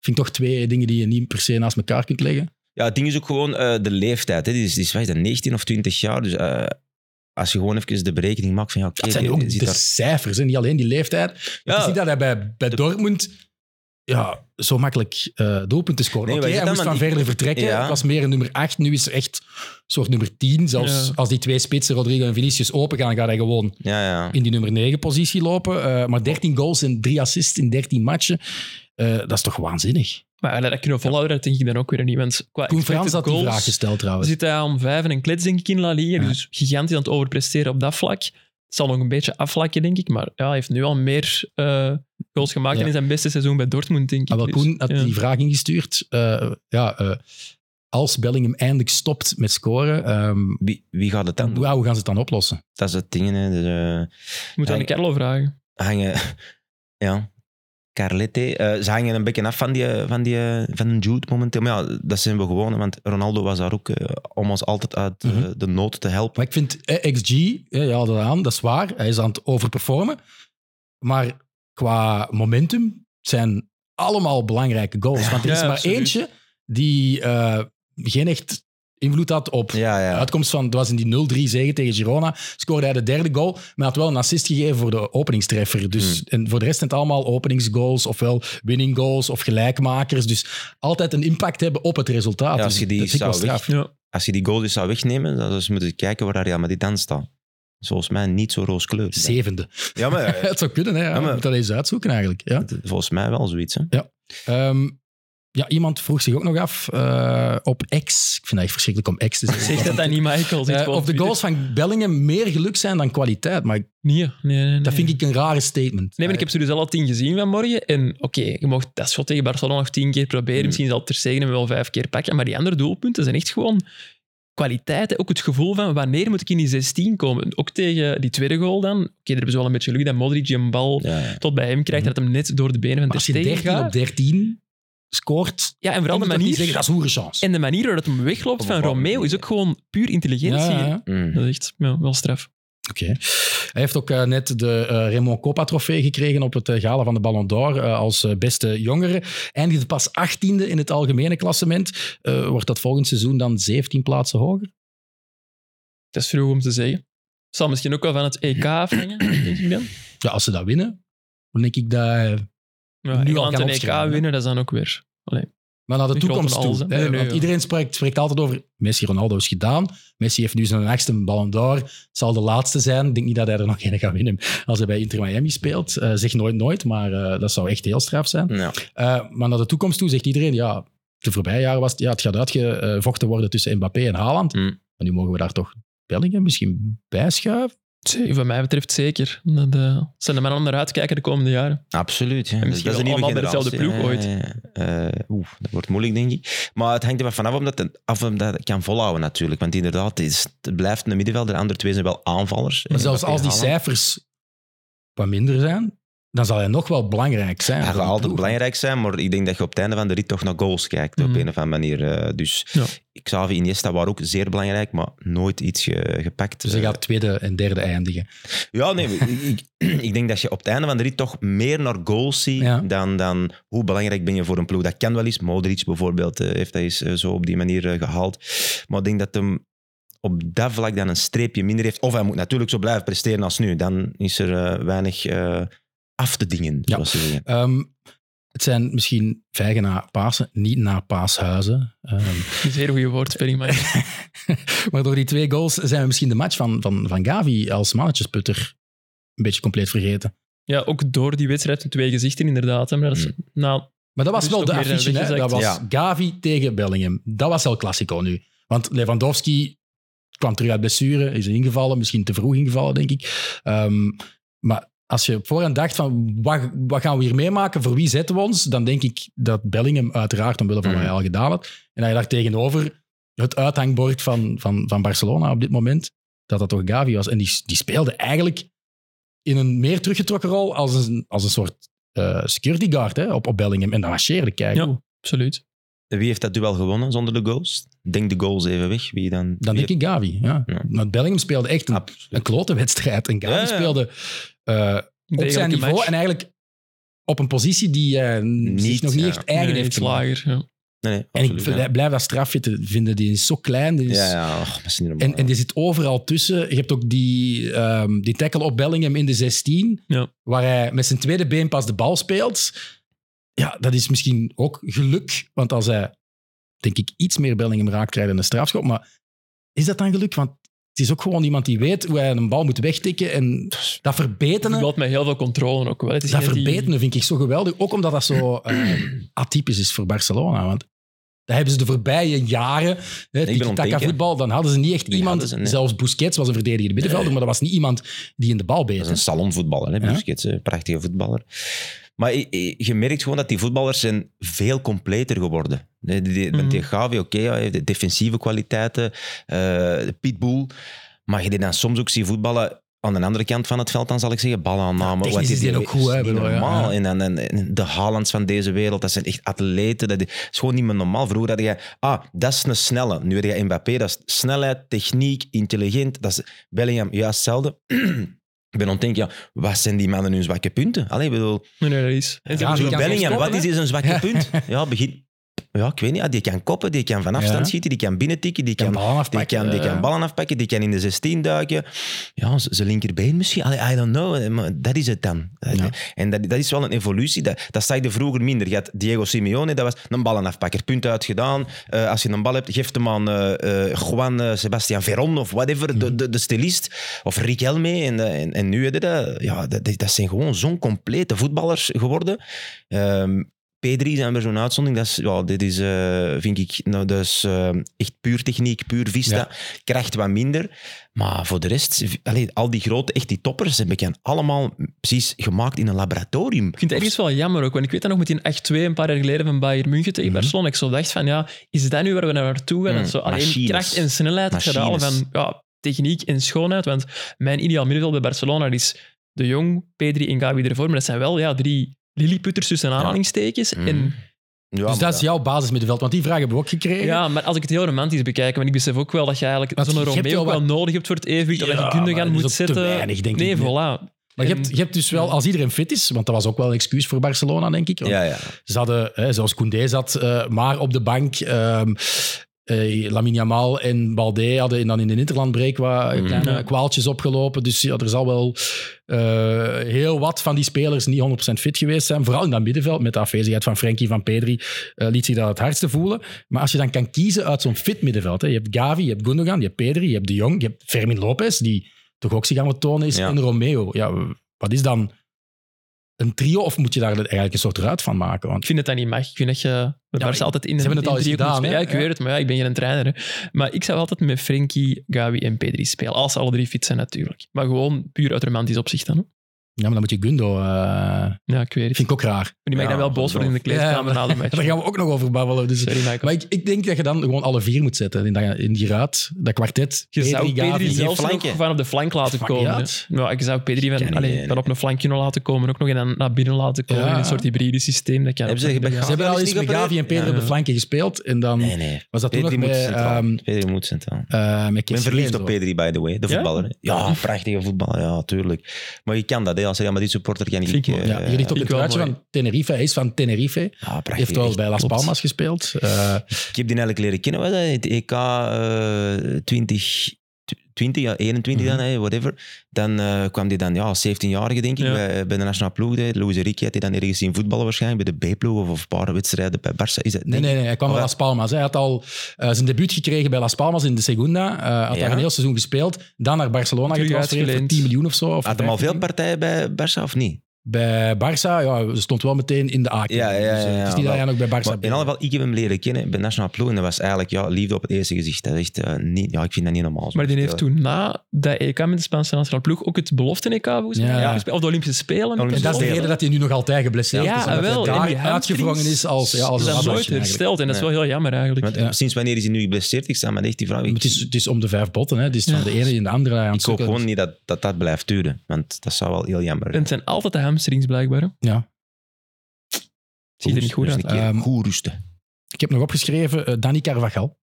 vind ik toch twee dingen die je niet per se naast elkaar kunt leggen. Ja, het ding is ook gewoon eh, de leeftijd. Hè. Die is, die is, wat is dat, 19 of 20 jaar. Dus eh, als je gewoon even de berekening maakt van... Ja, oké, Dat zijn die- ook die zit de daar- cijfers, hè, niet alleen die leeftijd. Ja. Het is niet dat hij bij, bij Dortmund ja, zo makkelijk eh doelpunten scoorde. Nee, Oké, maar je hij zit moest dan van maar verder vertrekken. Ja. Het was meer een nummer 8. Nu is er echt een soort nummer 10. Zelfs Ja. als die twee spitsen, Rodrigo en Vinicius, open gaan, gaat hij gewoon Ja, ja. in die nummer 9 positie lopen. Eh, maar 13 goals en 3 assists in 13 matchen. Eh, dat is toch waanzinnig? Maar dat kunnen we volhouden, dat denk ik dan ook weer niet. Want qua Koen expected Frans had die goals vraag gesteld trouwens. zit hij aan vijven en klets, denk ik, in La Liga. Ja. Dus gigantisch aan het overpresteren op dat vlak. Het zal nog een beetje afvlakken, denk ik. Maar ja, hij heeft nu al meer eh, goals gemaakt Ja. dan in zijn beste seizoen bij Dortmund, denk ik. Ah, wel, Dus, Koen had ja. die vraag ingestuurd. Eh, ja, eh, als Bellingham eindelijk stopt met scoren, ehm, Wie, wie gaat het dan doen? ja, hoe gaan ze het dan oplossen? Dat is het ding, hè. Dus, eh, Moet aan de Ja, Carlo vragen. hangen... Ja. Carlette. eh, ze hangen een beetje af van, die, van, die, eh, van Jude momenteel. Maar ja, dat zijn we gewoon. hè, Want Ronaldo was daar ook eh, om ons altijd uit eh, Mhm. de nood te helpen. Maar ik vind eh, XG, eh, je haalde dat aan, dat is waar. Hij is aan het overperformen. Maar qua momentum het zijn allemaal belangrijke goals. want er is Ja, maar absoluut. eentje die eh, geen echt invloed had op Ja, ja. De eh, uitkomst van, het was in die 0-3 zege tegen Girona, scoorde hij de derde goal, maar hij had wel een assist gegeven voor de openingstreffer. Dus, En voor de rest zijn het allemaal openingsgoals, ofwel winning goals of gelijkmakers. Dus altijd een impact hebben op het resultaat. Ja, als Dus je die dat vind ik wel zou straf. Ja. als je die goal dus zou wegnemen, dan zou je moeten kijken waar Real Madrid dan staat. Dus Volgens mij niet zo rooskleurig. Zevende. Ja, maar eh, Het zou kunnen, hè. Ja, maar- Je moet dat eens uitzoeken eigenlijk. Ja. volgens mij wel zoiets. Hè? Ehm, ja, iemand vroeg zich ook nog af eh, op X. Ik vind het echt verschrikkelijk om X te zeggen. Zeg dat dat niet Michael zegt. Eh, gewoon of de Twitter. goals van Bellingen meer geluk zijn dan kwaliteit. Maar Nee, nee, nee, nee. dat vind ik een rare statement. Eh, Nee, maar ik heb ze dus al tien gezien vanmorgen. En oké, je mocht dat schot tegen Barcelona nog tien keer proberen. Hmm. Mm. Misschien zal het er zeggen en wel vijf keer pakken. Maar die andere doelpunten zijn echt gewoon kwaliteit. hè. Ook het gevoel van wanneer moet ik in die 16 komen. Ook tegen die tweede goal dan. Oké, daar hebben ze wel een beetje geluk dat Modric een bal Ja, ja. tot bij hem krijgt. Dat hem net door de benen van Hmm. Maar Ter als je Stegen 13 op gaat. 13 scoort, Ja, en vooral de Je moet toch niet manier, zeggen, dat is hoere chance. en de manier waarop het hem wegloopt Op van een bepaalde Romeo is manier. ook gewoon puur intelligentie. Ja, ja. Mm. Dat is echt ja, wel straf. Oké. Hij heeft ook eh, net de eh Raymond Coppa-trofee gekregen op het eh, gala van de Ballon d'Or eh, als eh, beste jongere. Eindigde pas 18e in het algemene klassement. Eh, wordt dat volgend seizoen dan 17 plaatsen hoger? Dat is vroeg om te zeggen. Zal misschien ook wel van het EK afhangen, denk ik dan. Ja, als ze dat winnen, dan denk ik dat... eh, Ja, Nu al Engeland gaan en opschrijven, EK hè? winnen, dat is dan ook weer. maar naar de De grote toekomst toe. alles, hè? hè, Nee, nee, want ja. iedereen spreekt, spreekt altijd over Messi Ronaldo is gedaan. Messi heeft nu zijn achtste Ballon d'Or. Het zal de laatste zijn. Ik denk niet dat hij er nog een gaat winnen als hij bij Inter Miami speelt. Eh, zeg nooit nooit, maar eh, dat zou echt heel straf zijn. Ja. Eh, maar naar de toekomst toe zegt iedereen, ja, de voorbije jaren was het, ja, het gaat uitgevochten worden tussen Mbappé en Haaland. Mm. Maar nu mogen we daar toch Bellingham misschien bij schuiven? Zee, Wat mij betreft zeker. Dat eh, zijn de mannen om naar uit te kijken de komende jaren. Absoluut. Ja. En Dat- misschien dat is een nieuwe allemaal bij dezelfde generatie, ploeg hè. Eh, oeh, dat wordt moeilijk, denk ik. Maar het hangt er wel vanaf of dat, of hem dat kan volhouden, natuurlijk. Want inderdaad, het, is, het blijft een middenvelder. De andere twee zijn wel aanvallers. Maar Eh, zelfs Mbappé, als die Haaland. cijfers wat minder zijn, dan zal hij nog wel belangrijk zijn. Hij voor gaat de altijd ploeg. belangrijk zijn, maar ik denk dat je op het einde van de rit toch naar goals kijkt op Mm. Mhm. een of andere manier. Eh, Dus Ja. Xavi Iniesta waren ook zeer belangrijk, maar nooit iets ge- gepakt. eh, Dus hij gaat tweede en derde eindigen. Ja, nee, ik, ik- ik denk dat je op het einde van de rit toch meer naar goals ziet Ja. dan, dan hoe belangrijk ben je voor een ploeg. Dat kan wel eens. Modric bijvoorbeeld eh, heeft dat eens eh, zo op die manier eh, gehaald. Maar ik denk dat hem op dat vlak dan een streepje minder heeft. Of hij moet natuurlijk zo blijven presteren als nu. Dan is er eh, weinig eh, af te dingen, Ja. zoals ze zeggen. Ehm, het zijn misschien vijgen na Pasen, niet na Paashuizen. Ehm, Dat is een hele goede woordspeling, maar maar door die twee goals zijn we misschien de match van, van, van Gavi als mannetjesputter een beetje compleet vergeten. ja, ook door die wedstrijd de twee gezichten inderdaad. hè, Maar Hmm. dat is, nou, Maar dat was Dus wel toch de meer dan affiche, hè? weggezakt. Dat was Ja. Gavi tegen Bellingham. Dat was El Clasico nu. Want Lewandowski kwam terug uit blessure, is ingevallen, misschien te vroeg ingevallen, denk ik. Ehm, maar als je op voorhand dacht van, wat, wat gaan we hier meemaken, voor wie zetten we ons? Dan denk ik dat Bellingham uiteraard, omwille van wat hij al gedaan had, en dat je daar tegenover het uithangbord van, van, van Barcelona op dit moment, dat dat toch Gavi was. En die, die speelde eigenlijk in een meer teruggetrokken rol als een, als een soort eh, security guard hè, op, op Bellingham. En dat marcheerde, kijk. ja, absoluut. Wie heeft dat duel gewonnen zonder de goals? Denk de goals even weg. Wie dan? Dan wie denk ik Gavi. Ja. Ja. Want Bellingham speelde echt een, Absoluut. een klote wedstrijd. En Gavi Ja, ja. speelde eh, op zijn Degelijke niveau match. en eigenlijk op een positie die hij zich Niet, nog niet ja. echt eigen Nee, heeft iets gemaakt. lager. Ja. Nee, nee, En ik absoluut, ja. blijf- blijf dat strafje te vinden. Die is zo klein. Die is, Ja, ja, och, dat is niet normaal. En, en die zit overal tussen. Je hebt ook die, ehm, die tackle op Bellingham in de 16, Ja. waar hij met zijn tweede been pas de bal speelt. Ja, dat is misschien ook geluk, want als hij, denk ik, iets meer Bellingham raakt, krijgt hij een strafschop. Maar is dat dan geluk? Want het is ook gewoon iemand die weet hoe hij een bal moet wegtikken. En dat verbeteren, Voetbalt met heel veel controle ook wel. Het is dat niet die- verbeteren vind ik zo geweldig. Ook omdat dat zo eh, atypisch is voor Barcelona. Want dat hebben ze de voorbije jaren, hè, ben tiki-taka ontdeken. voetbal, dan hadden ze niet echt Die iemand. hadden ze, nee. Zelfs Busquets was een verdedigende middenvelder, maar dat was niet iemand die in de bal bezig Dat is een was. salonvoetballer, hè, Ja. Busquets. hè. Prachtige voetballer. Maar i- i- je merkt gewoon dat die voetballers zijn veel completer geworden. Nee, Die, die, Mhm. die Gavi, oké, hij heeft de defensieve kwaliteiten, eh pitbull. Maar je die dan soms ook ziet voetballen aan de andere kant van het veld, dan zal ik zeggen, balaanname. technisch wat is die die- ook goed, hè, is niet bedoel, ja. normaal. Ja. En, dan- en, en de Haalands van deze wereld, dat zijn echt atleten. Dat is gewoon niet meer normaal. Vroeger had je, ah, dat is een snelle. Nu had je Mbappé, dat is snelheid, techniek, intelligent. Dat is Bellingham, juist hetzelfde. Ik ben ontdekt, ja, wat zijn die mannen hun zwakke punten? Allee, ik bedoel, Nee, nee, dat is. En ze Ja, die hebben kan zo zo'n soms Bellingham, belling- koppen, wat is hier zijn zwakke Ja. punt? Ja, begin... Ja, ik weet niet. Ah, die kan koppen, die kan van afstand Ja. schieten, die kan binnentikken, die Die kan kan, ballen die afpakken. kan, die kan eh. ballen afpakken, die kan in de 16 duiken. Ja, z- zijn linkerbeen misschien? Allee, I don't know. eh, Maar dat is het dan. Ja. En dat, dat is wel een evolutie. Dat, dat zag je vroeger minder. Je had Diego Simeone, dat was een ballenafpakker. Punt uitgedaan. Eh, als je een bal hebt, geef hem aan eh, eh, Juan eh, Sebastian Veron of whatever, de, de, de stilist. Of Riquelme. En, eh, en, en nu heb je dat. Ja, dat, dat- dat zijn gewoon zo'n complete voetballers geworden. Ehm, P3 zijn weer zo'n uitzondering. Dat is, ja, dit is, eh, vind ik, nou, dus, echt puur techniek, puur vista. Ja. Kracht wat minder. Maar voor de rest, v- allee, al die grote, echt die toppers, heb ik hen allemaal precies gemaakt in een laboratorium. Ik vind het ergens wel jammer ook, want ik weet dat nog met die 8-2 een paar jaar geleden van Bayern München tegen Mhm. Barcelona. Ik zo dacht van, ja, is dat nu waar we naartoe gaan? Mm, Mhm. Dat zo alleen machines. kracht en snelheid Machines. verhalen van ja, techniek en schoonheid. Want mijn ideaal middenveld bij Barcelona is De Jong, Pedri en Gavi ervoor. Maar dat zijn wel ja, drie lilliputters tussen aanhalingstekens. Mhm. Mm. En, Ja, Dus maar dat is jouw basismiddenveld, want die vraag hebben we ook gekregen. ja, maar als ik het heel romantisch bekijk, want ik besef ook wel dat je eigenlijk Want zo'n je hebt Romeo wel wel wat- nodig hebt voor het evenwicht, dat Ja, je kunnen maar gaan dat is moet ook te zetten. weinig, denk ik, nee, nee. voilà. Maar je En- hebt, je hebt dus wel, als iedereen fit is, want dat was ook wel een excuus voor Barcelona, denk ik. want Ja, ja. Ze hadden, hè, zoals Koundé zat, eh, maar op de bank. ehm eh, Lamine Yamal en Baldé hadden dan in de interlandbreek wat Mhm. kleine Ja. kwaaltjes opgelopen. Dus ja, er zal wel eh, heel wat van die spelers niet 100% fit geweest zijn. Vooral in dat middenveld, met de afwezigheid van Frenkie van Pedri, eh, liet zich dat het hardste voelen. Maar als je dan kan kiezen uit zo'n fit middenveld, hè, je hebt Gavi, je hebt Gundogan, je hebt Pedri, je hebt De Jong, je hebt Fermin Lopez, die toch ook zich aan het tonen is, Ja. en Romeo. Ja, wat is dan een trio of moet je daar eigenlijk een soort ruit van maken? Want Ik vind dat dat niet mag. Ik vind dat je met Ja, Barca altijd in ze hebben het in al eens driehoek moet gedaan, spelen. hè? Ja, ik weet het, maar ja, ik ben geen trainer. hè. Maar ik zou altijd met Frenkie, Gavi en Pedri spelen. Als ze alle drie fit zijn natuurlijk. Maar gewoon puur uit romantisch opzicht dan. hè. Ja, maar dan moet je Gundo... eh Ja, ik weet het. vind ik ook raar. Maar die mag Ja, dan wel boos worden in de Ja, kleedkamer maar- na de match. Daar gaan we ook nog over babbelen. Dus. Sorry, Michael. Maar ik, ik denk dat je dan gewoon alle vier moet zetten. In, dat- in die raad, dat kwartet. Je zou Pedri, Gavi. Pedri geen zelfs nog flankje. van op de flank laten Maakt niet komen. uit. hè. Ja, ik zou Pedri van, Kan niet, allee, nee, dan op een flankje nog laten komen. Ook nog en naar binnen laten komen. Ja. In een soort hybride systeem. Dat kan Hebben ook ze bij- nog Ze inderdaad. hebben al eens Is die met Gavi en Pedri Ja. op de flanken gespeeld. En dan Nee, nee. was dat toen nog Pedri moet bij... centraal. ehm, Pedri moet centraal. eh, met Ik ben Kessie verliefd en op zo. Ah. Pedri, by the way. De Ja? voetballer. hè. Ja, prachtige voetballer. Ja, tuurlijk. Maar je kan dat, hè. Als Real Madrid supporter kan ik... Vind ik eh, mooi. Ja, je ligt op Ik het wel truitje mooi. van Tenerife. Hij is van Tenerife. ja, prachtig. heeft wel Echt. bij Las klopt. Palmas gespeeld. Eh, Ik heb die eigenlijk leren kennen. Wat, het EK eh 20... 20, ja, 21 Mhm. dan, hè, whatever. Dan eh, kwam die dan, ja, als 17-jarige denk ik, Ja. bij, bij de nationale ploeg. hè. Luis Enrique had die dan ergens zien voetballen waarschijnlijk, bij de B-ploeg of, of een paar wedstrijden bij Barça. Is dat, nee, nee, nee, hij kwam Oh, bij ja. Las Palmas. Hij had al eh, zijn debuut gekregen bij Las Palmas in de Segunda. Eh, had daar Ja. een heel seizoen gespeeld. Dan naar Barcelona Terug getransfereerd voor uitgeleend. 10 miljoen of zo. Of Had hem al 15. veel partijen bij Barça of niet? Bij Barça, ja, ze stond wel meteen in de a Ja, ja, ja, Dus, eh, het is ja, niet dat hij wel. ook bij Barça Maar in bleef. ieder geval, ik heb hem leren kennen bij Nationale Ploeg. En dat was eigenlijk ja, liefde op het eerste gezicht. Dat is echt, eh, niet, ja, ik vind dat niet normaal. Maar die heeft toen na dat EK met de Spaanse nationale ploeg ook het belofte-EK volgens mij Ja. gespeeld. Of de Olympische Spelen. Olympische En dat is de Spelen. reden dat hij nu nog altijd geblesseerd Ja, ah, is. Omdat wel. hij en daar die uitgevrongen hamstrings is als, ja, als een zijn nooit addertje eigenlijk. hersteld. En dat is wel heel jammer eigenlijk. Want, eh, Ja. Sinds wanneer is hij nu geblesseerd? Ik sta met echt die vraag. Maar Ik, Het is, het is om de vijf botten. Hè. Het is van Ja. de ene in de andere aan ik het hoop sukkelen. gewoon niet dat, dat dat blijft duren. Want dat zou wel heel jammer En zijn. het zijn altijd de hamstrings blijkbaar. hè. Ja. Ziet er niet goed Dus uit. een keer Ehm, goed rusten. Ik heb nog opgeschreven eh, Dani Carvajal.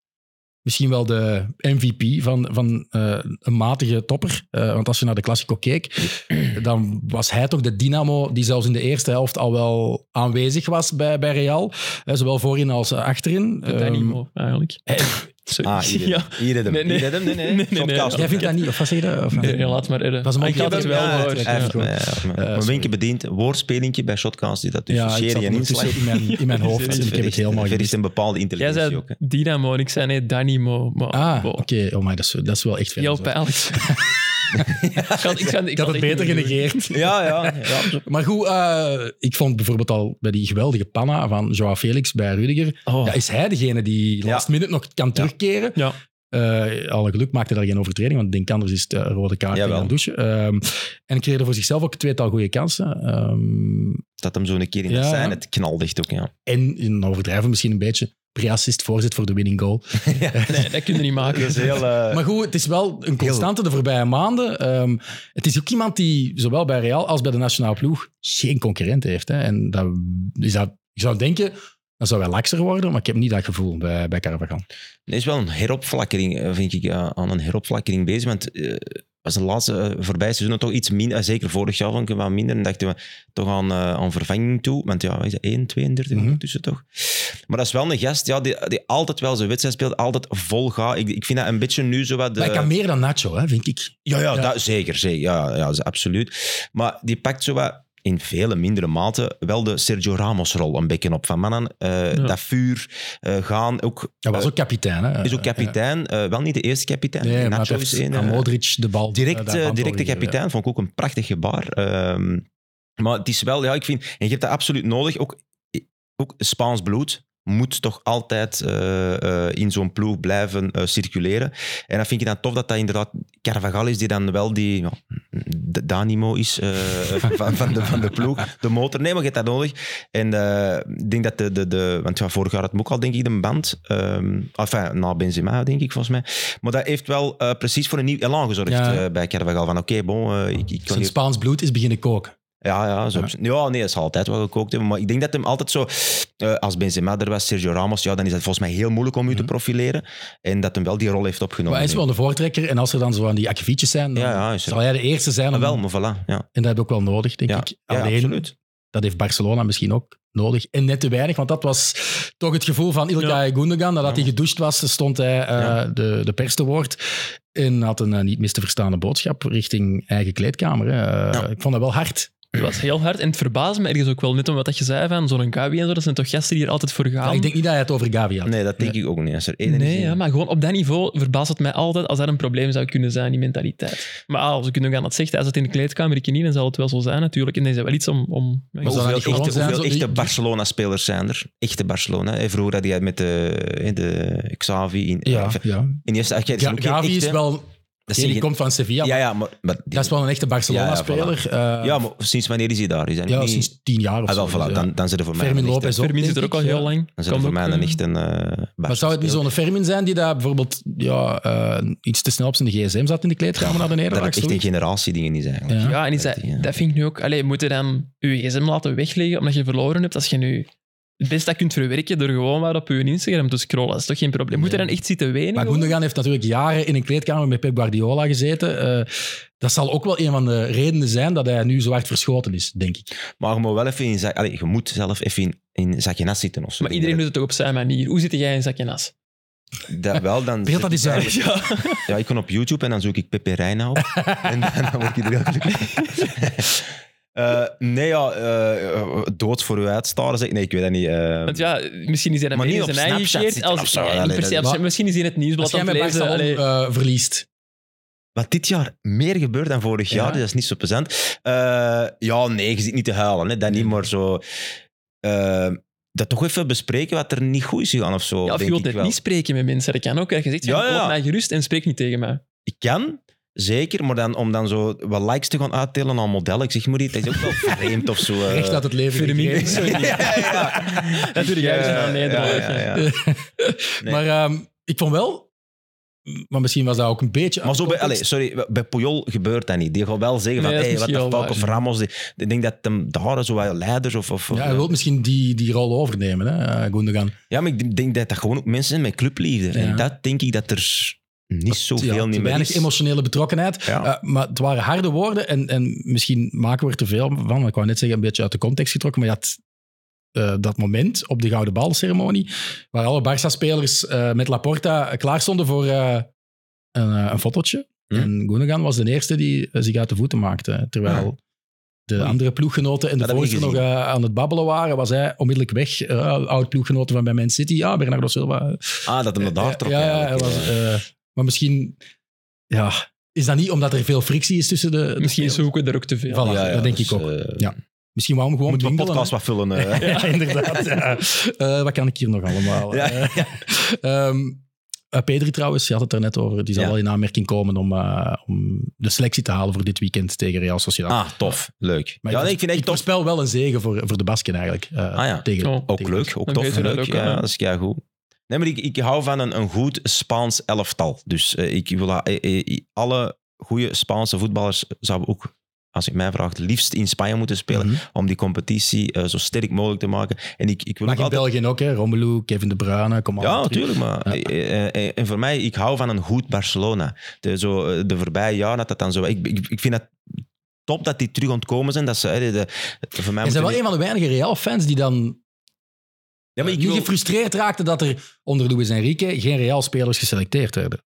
Misschien wel de MVP van, van eh, een matige topper. Eh, want als je naar de Classico keek, dan was hij toch de dynamo die zelfs in de eerste helft al wel aanwezig was bij, bij Real. Eh, zowel voorin als eh, achterin. De Ehm, Dynamo, eigenlijk. eh, Sorry. Ah, hier ja. het hem. Hier het hem. Nee, nee. Hier het hem. Nee, nee. Nee, nee, Podcast. nee. jij vindt dat niet? Of wat zeg je dat? Of- Nee, nee, laat maar erren. Dat is een ik had mopje. het wel Ja, gehoord. het- Hij heeft ja. goed. mij- hij heeft mij- Eh, Mijn sorry. winkje bediend. Woordspelinkje bij Shotcast. Die dat tussen Ja, ik zat serie en ondertussen inslag. in mijn, in mijn hoofd Serie. en ik heb het helemaal Er is gemist. een bepaalde Jij intelligentie zei ook. hè. Dynamo en ik zei nee, Dynamo. Maar, Ah, wow. oké. Oh my, dat is, dat is wel echt Heel veel. pijnlijk. ik had, ik had, Ik had het beter genegeerd. Ja, ja. ja. Maar goed, eh, ik vond bijvoorbeeld al bij die geweldige panna van Joao Felix bij Rudiger, Oh. ja, is hij degene die Ja. last minute nog kan terugkeren. Ja. Eh, alle geluk maakte daar geen overtreding, want ik denk anders is het eh, rode kaart Jawel. en een douche. Ehm, en creëerde voor zichzelf ook een tweetal goede kansen. Ehm, Dat hem zo een keer in de Ja. scène. Het knaldicht ook, ja. en, in overdrijven misschien een beetje, pre-assist voorzet voor de winning goal. Nee, dat kun je niet maken. Dat is heel... eh, Maar goed, het is wel een constante de voorbije maanden. Ehm, het is ook iemand die zowel bij Real als bij de nationale ploeg geen concurrent heeft. Hè. En dat is dat, je zou denken, dan zou hij lakser worden, maar ik heb niet dat gevoel bij, bij Carvajal. Er is wel een heropflakkering, eh, vind ik, eh, aan een heropflakkering bezig. Want eh was de laatste eh, voorbije seizoen toch iets minder, eh, zeker vorig jaar vond ik het wel minder. En dachten we toch aan, eh, aan vervanging toe. Want ja, wat is dat 1, 32 Mhm. tussen toch? Maar dat is wel een gast ja, die, die altijd wel zijn wedstrijd speelt, altijd vol gaat. Ik, ik vind dat een beetje nu zo wat... Maar eh, hij kan meer dan Nacho, hè, vind ik. ja, ja, Ja. Dat, zeker. zeker ja, ja, dat is absoluut. Maar die pakt zo wat, in vele mindere mate wel de Sergio Ramos-rol een beetje op. Van mannen, eh, Ja. dat vuur, eh, gaan. Ook, Hij was eh, ook kapitein. Hè. is ook kapitein, eh, wel niet de eerste kapitein. Nee, maar Nacho hij is heeft één. aan eh, Modric de bal. direct, eh, eh, daarvan direct de voorgegeven, kapitein, vond ik ook een prachtig gebaar. Ehm, maar het is wel, ja, ik vind, en je hebt dat absoluut nodig. Ook, eh, ook Spaans bloed moet toch altijd eh, eh, in zo'n ploeg blijven eh, circuleren. En dan vind ik dan tof dat dat inderdaad Carvajal is, die dan wel die ja, de Danimo is eh, van, van, de, van de ploeg, de motor. Nee, maar je hebt dat nodig. En eh, ik denk dat de... de, de want ja, vorig jaar had ook al, denk ik, de band. Ehm enfin, na Benzema, denk ik, volgens mij. Maar dat heeft wel eh, precies voor een nieuw elan gezorgd Ja. eh, bij Carvajal. Van oké, bon, eh, ik, ik ja. kan Zijn hier... Spaans bloed is beginnen koken. Ja, ja, zo. Ja. ja, nee, dat zal altijd wel gekookt hebben. Maar ik denk dat hem altijd zo... eh, als Benzema er was, Sergio Ramos, ja, dan is het volgens mij heel moeilijk om u te profileren. En dat hem wel die rol heeft opgenomen. Mhm. Maar hij is wel de voortrekker. En als er dan zo aan die akkefietjes zijn, dan Ja, ja, is er. zal hij de eerste zijn. Ah, Om, wel, maar voilà. Ja, En dat heb ik ook wel nodig, denk ja. ik. ja Alleen, absoluut. Dat heeft Barcelona misschien ook nodig. En net te weinig, want dat was toch het gevoel van Ilkay Gundogan. Nadat Ja. hij gedoucht was, stond hij eh, Ja. de, de pers te woord. En had een eh, niet mis te verstaande boodschap richting eigen kleedkamer. hè. Eh, Ja. Ik vond dat wel hard. Het was heel hard. En het verbaasde me ergens ook wel net om wat dat je zei van zo'n Gabi en zo. Dat zijn toch gasten die er altijd voor Maar gaan. ik denk niet dat hij het over Gavi had. Nee, dat denk ik ook niet. Als er één is Nee, die- ja, maar gewoon op dat niveau verbaast het mij altijd als dat een probleem zou kunnen zijn, die mentaliteit. Maar ah, als ik nu aan dat zegt, als het in de kleedkamer ik niet, dan zal het wel zo zijn natuurlijk. En dan is dat wel iets om... om Maar zou dat Hoeveel niet gewoon echte, zijn, hoeveel zo die- echte Barcelona-spelers zijn er? Echte Barcelona. hè. Vroeger had hij met de, de Xavi in... Ja, enfin, ja. in de eerste... Ja, Ga- Gavi is wel Dat die zijn geen- komt van Sevilla. ja, ja, maar, maar die- Dat is wel een echte Barcelona-speler. Ja, ja, maar sinds wanneer is hij daar? Is hij nog niet... sinds tien jaar of Ah, wel, zo. voilà, Dus, ja. dan, dan zijn er voor mij Fermin een echte- Lopez ook. Vermin zit er denk ook al ik, ja. heel lang. Dan zijn Kan er voor mij ook, een eh, echt een... eh, Maar zou het niet zo'n Fermin zijn die daar bijvoorbeeld ja, eh, iets te snel op zijn gsm zat in de kleedkamer naar de Dat nederlaag? het echt een zoiets? generatieding is eigenlijk. Ja. Ja, en is dat, Ja. dat vind ik nu ook. Allee, moet je dan je gsm laten wegleggen omdat je verloren hebt? Als je nu het beste dat kunt verwerken door gewoon maar op je Instagram te scrollen, dat is toch geen probleem? Moet je dan echt zitten wenen? Maar gewoon? Gundogan heeft natuurlijk jaren in een kleedkamer met Pep Guardiola gezeten. Eh, dat zal ook wel een van de redenen zijn dat hij nu zo hard verschoten is, denk ik. Maar je moet wel even in... za- Allee, je moet zelf even in, in zakje nas zitten of zo. Maar iedereen doet het toch op zijn manier? Hoe zit jij in zakje nas? Dat wel, dan... Beeld dat eens uit. Ja. Ja, ik kon op YouTube en dan zoek ik Pepe Reina op. en dan word ik er heel gelukkig van. Eh, nee, ja, eh, dood voor u uitstaren. zeg ik. Nee, ik weet dat niet. eh. Want ja, misschien is hij dat Maar binnen niet op zijn eigen Snapchat keert. zitten Als, of zo, ja, niet allee, per dat- se op- maar- misschien is hij in het nieuwsblad Als jij aan het met lezen. Barcelona allee. eh, verliest, Wat dit jaar meer gebeurt dan vorig Ja. jaar, dus dat is niet zo plezant. Eh, ja, nee, je zit niet te huilen. Hè. Dat niet, maar zo... eh, dat toch even bespreken wat er niet goed is gegaan of zo. Ja, of je denk wilt ik het wel. niet spreken met mensen. Dat kan ook. Dat je zegt, Ja, ja, ja. laat mij gerust en spreek niet tegen mij. Ik kan, zeker, maar dan, om dan zo wat likes te gaan uitdelen aan modellen. Ik zeg maar niet, dat is ook wel vreemd of zo. eh. recht uit het leven Firmino gekregen. is zo niet. Ja, ja, ja. Natuurlijk, Dus jij is een nederlaag, Ja, ja, Dus- ja. Nee. Maar ehm, ik vond wel, maar misschien was dat ook een beetje. Maar uit zo bij, context. allez, sorry, bij Puyol gebeurt dat niet. Die gaat wel zeggen van, Nee, dat is hey, wat de misschien fuck, wel of waar. Ramos. Die, ik denk dat hem daar zo wat leiders of... of ja, hij wil misschien die, die rol overnemen, hè, eh, Gundogan. ja, maar ik denk dat dat gewoon ook mensen zijn met clubliefde. Ja. En dat denk ik dat er niet Ja, zoveel te niet meer weinig is. emotionele betrokkenheid. Ja. Eh, maar het waren harde woorden en, en misschien maken we er te veel van. maar Ik wou net zeggen, een beetje uit de context getrokken, maar je had eh, dat moment op de Gouden Balceremonie, waar alle Barça-spelers eh, met Laporta klaar stonden voor eh, een, eh, een fotootje. Hm. En Gundogan was de eerste die eh, zich uit de voeten maakte. Terwijl de Ah. Oei. andere ploeggenoten en de Dat heb ik voorzitter nog gezien. eh, aan het babbelen waren, was hij onmiddellijk weg. Eh, oud ploeggenoten van bij Man City. Ja, Bernardo Silva. Ah, dat hem dat daar trok. Ja, ja, hij eigenlijk. was, eh, maar misschien ja, is dat niet omdat er veel frictie is tussen de. de Misschien spelers? zoeken we er ook te veel. Voilà, dat denk ik ook. eh, Ja. Misschien wou hem gewoon Moeten we een winkelen, podcast wat vullen? eh. hè? Ja, inderdaad. ja. Eh, wat kan ik hier nog allemaal? Ja, Eh, ehm, eh, Pedri trouwens, je had het er net over. Die zal Ja. wel in aanmerking komen om, eh, om de selectie te halen voor dit weekend tegen Real Sociedad. Ah, tof. Leuk. Maar ja, ik, nee, ik vind het echt tof. voorspel wel een zegen voor, voor de Basken eigenlijk. eh, Ah ja. tegen, Oh. Ook tegen- leuk, ook Dan tof weten en we leuk. dat ook, ja, hè. dat is goed. Nee, maar ik, ik hou van een, een goed Spaans elftal. Dus eh, ik wil dat- eh, eh, alle goede Spaanse voetballers zouden ook, als ik mij vraagt, liefst in Spanje moeten spelen. Mhm. Om die competitie eh, zo sterk mogelijk te maken. En ik, ik wil Maar ook in altijd... België ook, hè? Romelu, Kevin De Bruyne, kom Ja, natuurlijk. natuurlijk. Maar, Ja. eh, eh, eh, en voor mij, ik hou van een goed Barcelona. De, zo, eh, de voorbije jaren had dat dan zo. Ik, ik, ik vind dat top dat die terug ontkomen zijn. Dat ze, eh, de, de- voor mij Er moeten zijn wel die- een van de weinige Real-fans die dan ja, maar ik niet wil- gefrustreerd raakte dat er onder Luis Enrique geen Real-spelers geselecteerd werden.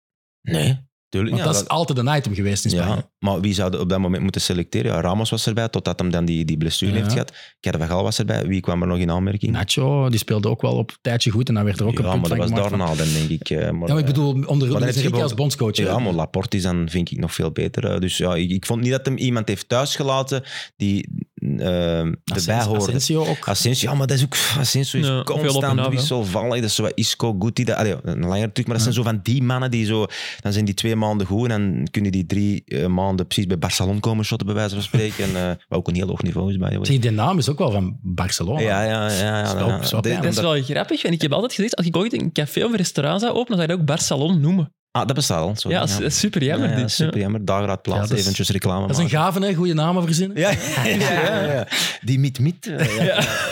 Nee, tuurlijk. Want ja, dat, dat- is altijd een item geweest in Spanje. Ja, maar wie zou er op dat moment moeten selecteren? Ja, Ramos was erbij, totdat hem dan die, die blessure Ja. heeft gehad. Carvajal was erbij. Wie kwam er nog in aanmerking? Nacho, die speelde ook wel op een tijdje goed en dan werd er ook een ja, punt maar dat van was gemaakt van- daarna dan, denk ik. eh, Maar, Ja, maar ik bedoel, onder dan Luis heb je Enrique wel- als bondscoach. eh, hè. Ja, maar Laporte is dan, vind ik, nog veel beter. eh, Dus ja, ik, ik vond niet dat hem iemand heeft thuisgelaten die eh erbij Asens- hoorde. Asensio ook. Asensio, ja, maar dat is ook... pff, Asensio is Ja, veel op en af, constant hè. wisselvallig. Dat is zo wat Isco, Guti... Dat, allee, een langer terug, maar dat zijn zo van die mannen die zo... Dan zijn die twee maanden goed en dan kunnen die drie eh, maanden precies bij Barcelona komen shotten, bij wijze van spreken. en, eh, wat ook een heel hoog niveau is, bij the way. Zeg, de naam is ook wel van Barcelona. Ja, ja, ja. ja, Is ja, wel- is wel De- pijnlijk. Dat is dat- wel grappig. En ik heb altijd gezegd, als ik ooit een café of een restaurant zou openen, dan zou ik dat ook Barcelona noemen. Ah, dat bestaat al. Sorry, ja, dat is- dat is super jammer. Ja, ja, dit. super jammer. Dagraad plaats, Ja, dat is- eventjes reclame Dat is een maken. gave, hè? Goede namen verzinnen. Ja, ja, ja, ja. Die miet-miet. eh, ja.